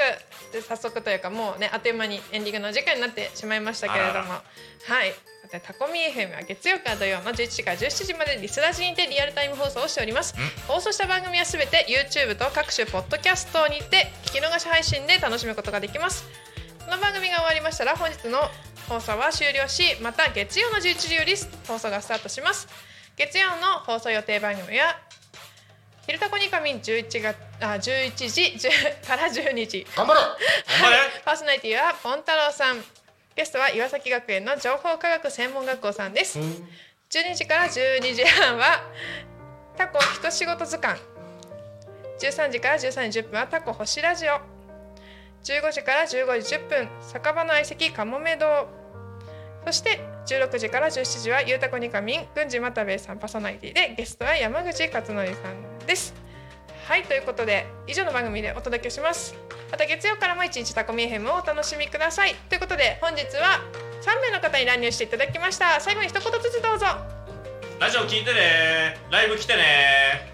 で早速というかもうねあっという間にエンディングの時間になってしまいましたけれども
あらら
はいさてタコミ FM は月曜から土曜の11時から17時までリスラジにてリアルタイム放送をしております放送した番組はすべて YouTube と各種ポッドキャストにて聞き逃し配信で楽しむことができますこの番組が終わりましたら本日の放送は終了しまた月曜の11時より放送がスタートします月曜の放送予定番組は「昼タコニカミン」11月あ11時10から12時
頑張れ
頑張れ
パーソナリティはポン太郎さんゲストは岩崎学園の情報科学専門学校さんです12時から12時半はタコ一仕事図鑑13時から13時10分はタコ星ラジオ15時から15時10分酒場の相席かもめ堂そして16時から17時はゆうたこにかみん郡司又兵衛さんパーソナリティでゲストは山口勝則さんですはいということで以上の番組でお届けしますまた月曜からも一日タコミ FM をお楽しみくださいということで本日は3名の方に乱入していただきました最後に一言ずつどうぞ
ラジオ聞いてねライブ来てね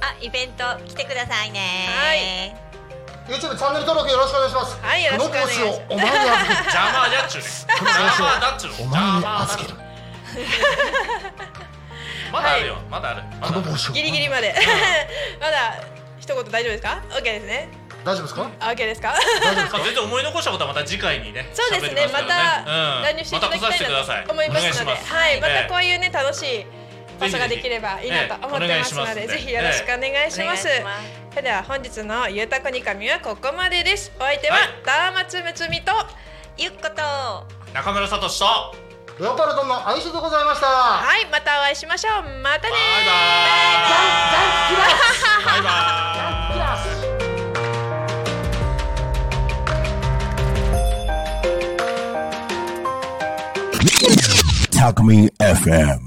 あイベント来てくださいね
はい
YouTube チャンネル登録よろしくお願いします
はいよろしくお願いしま
この帽子
す
をお前に預ける
邪魔じゃっちゅうね
この帽
邪魔だっちゅう
子をお前に預ける
まだあるよまだあるま
こ
だ
の
ある
帽子を
ギリギリまでまだ一言大丈夫ですか ?OK ですね
大丈夫ですか
あ OK ですか
まあ全然思い残したことはまた次回にね
[laughs] そうです
喋
ね
り
ま
すから
た
う
乱
ん
入していただき
また来させてくだ
た
さ
い
い
なと思いますので
お願いします
はいま
え
た
え
こういうね楽しい場所ができればいいなと思ってますの
ええお願いしま
ですぜひよろしくお願いします
お願いします
それでは本日の「ゆうたこにかみ」はここまでですお相手は
はい
ダーマツムツミと
ゆっこと
中村聡と
レオパルトンの愛称でございました
はいまたお会いしましょうまたね
バイ
ー
バイバイバイバイ
タクミ FM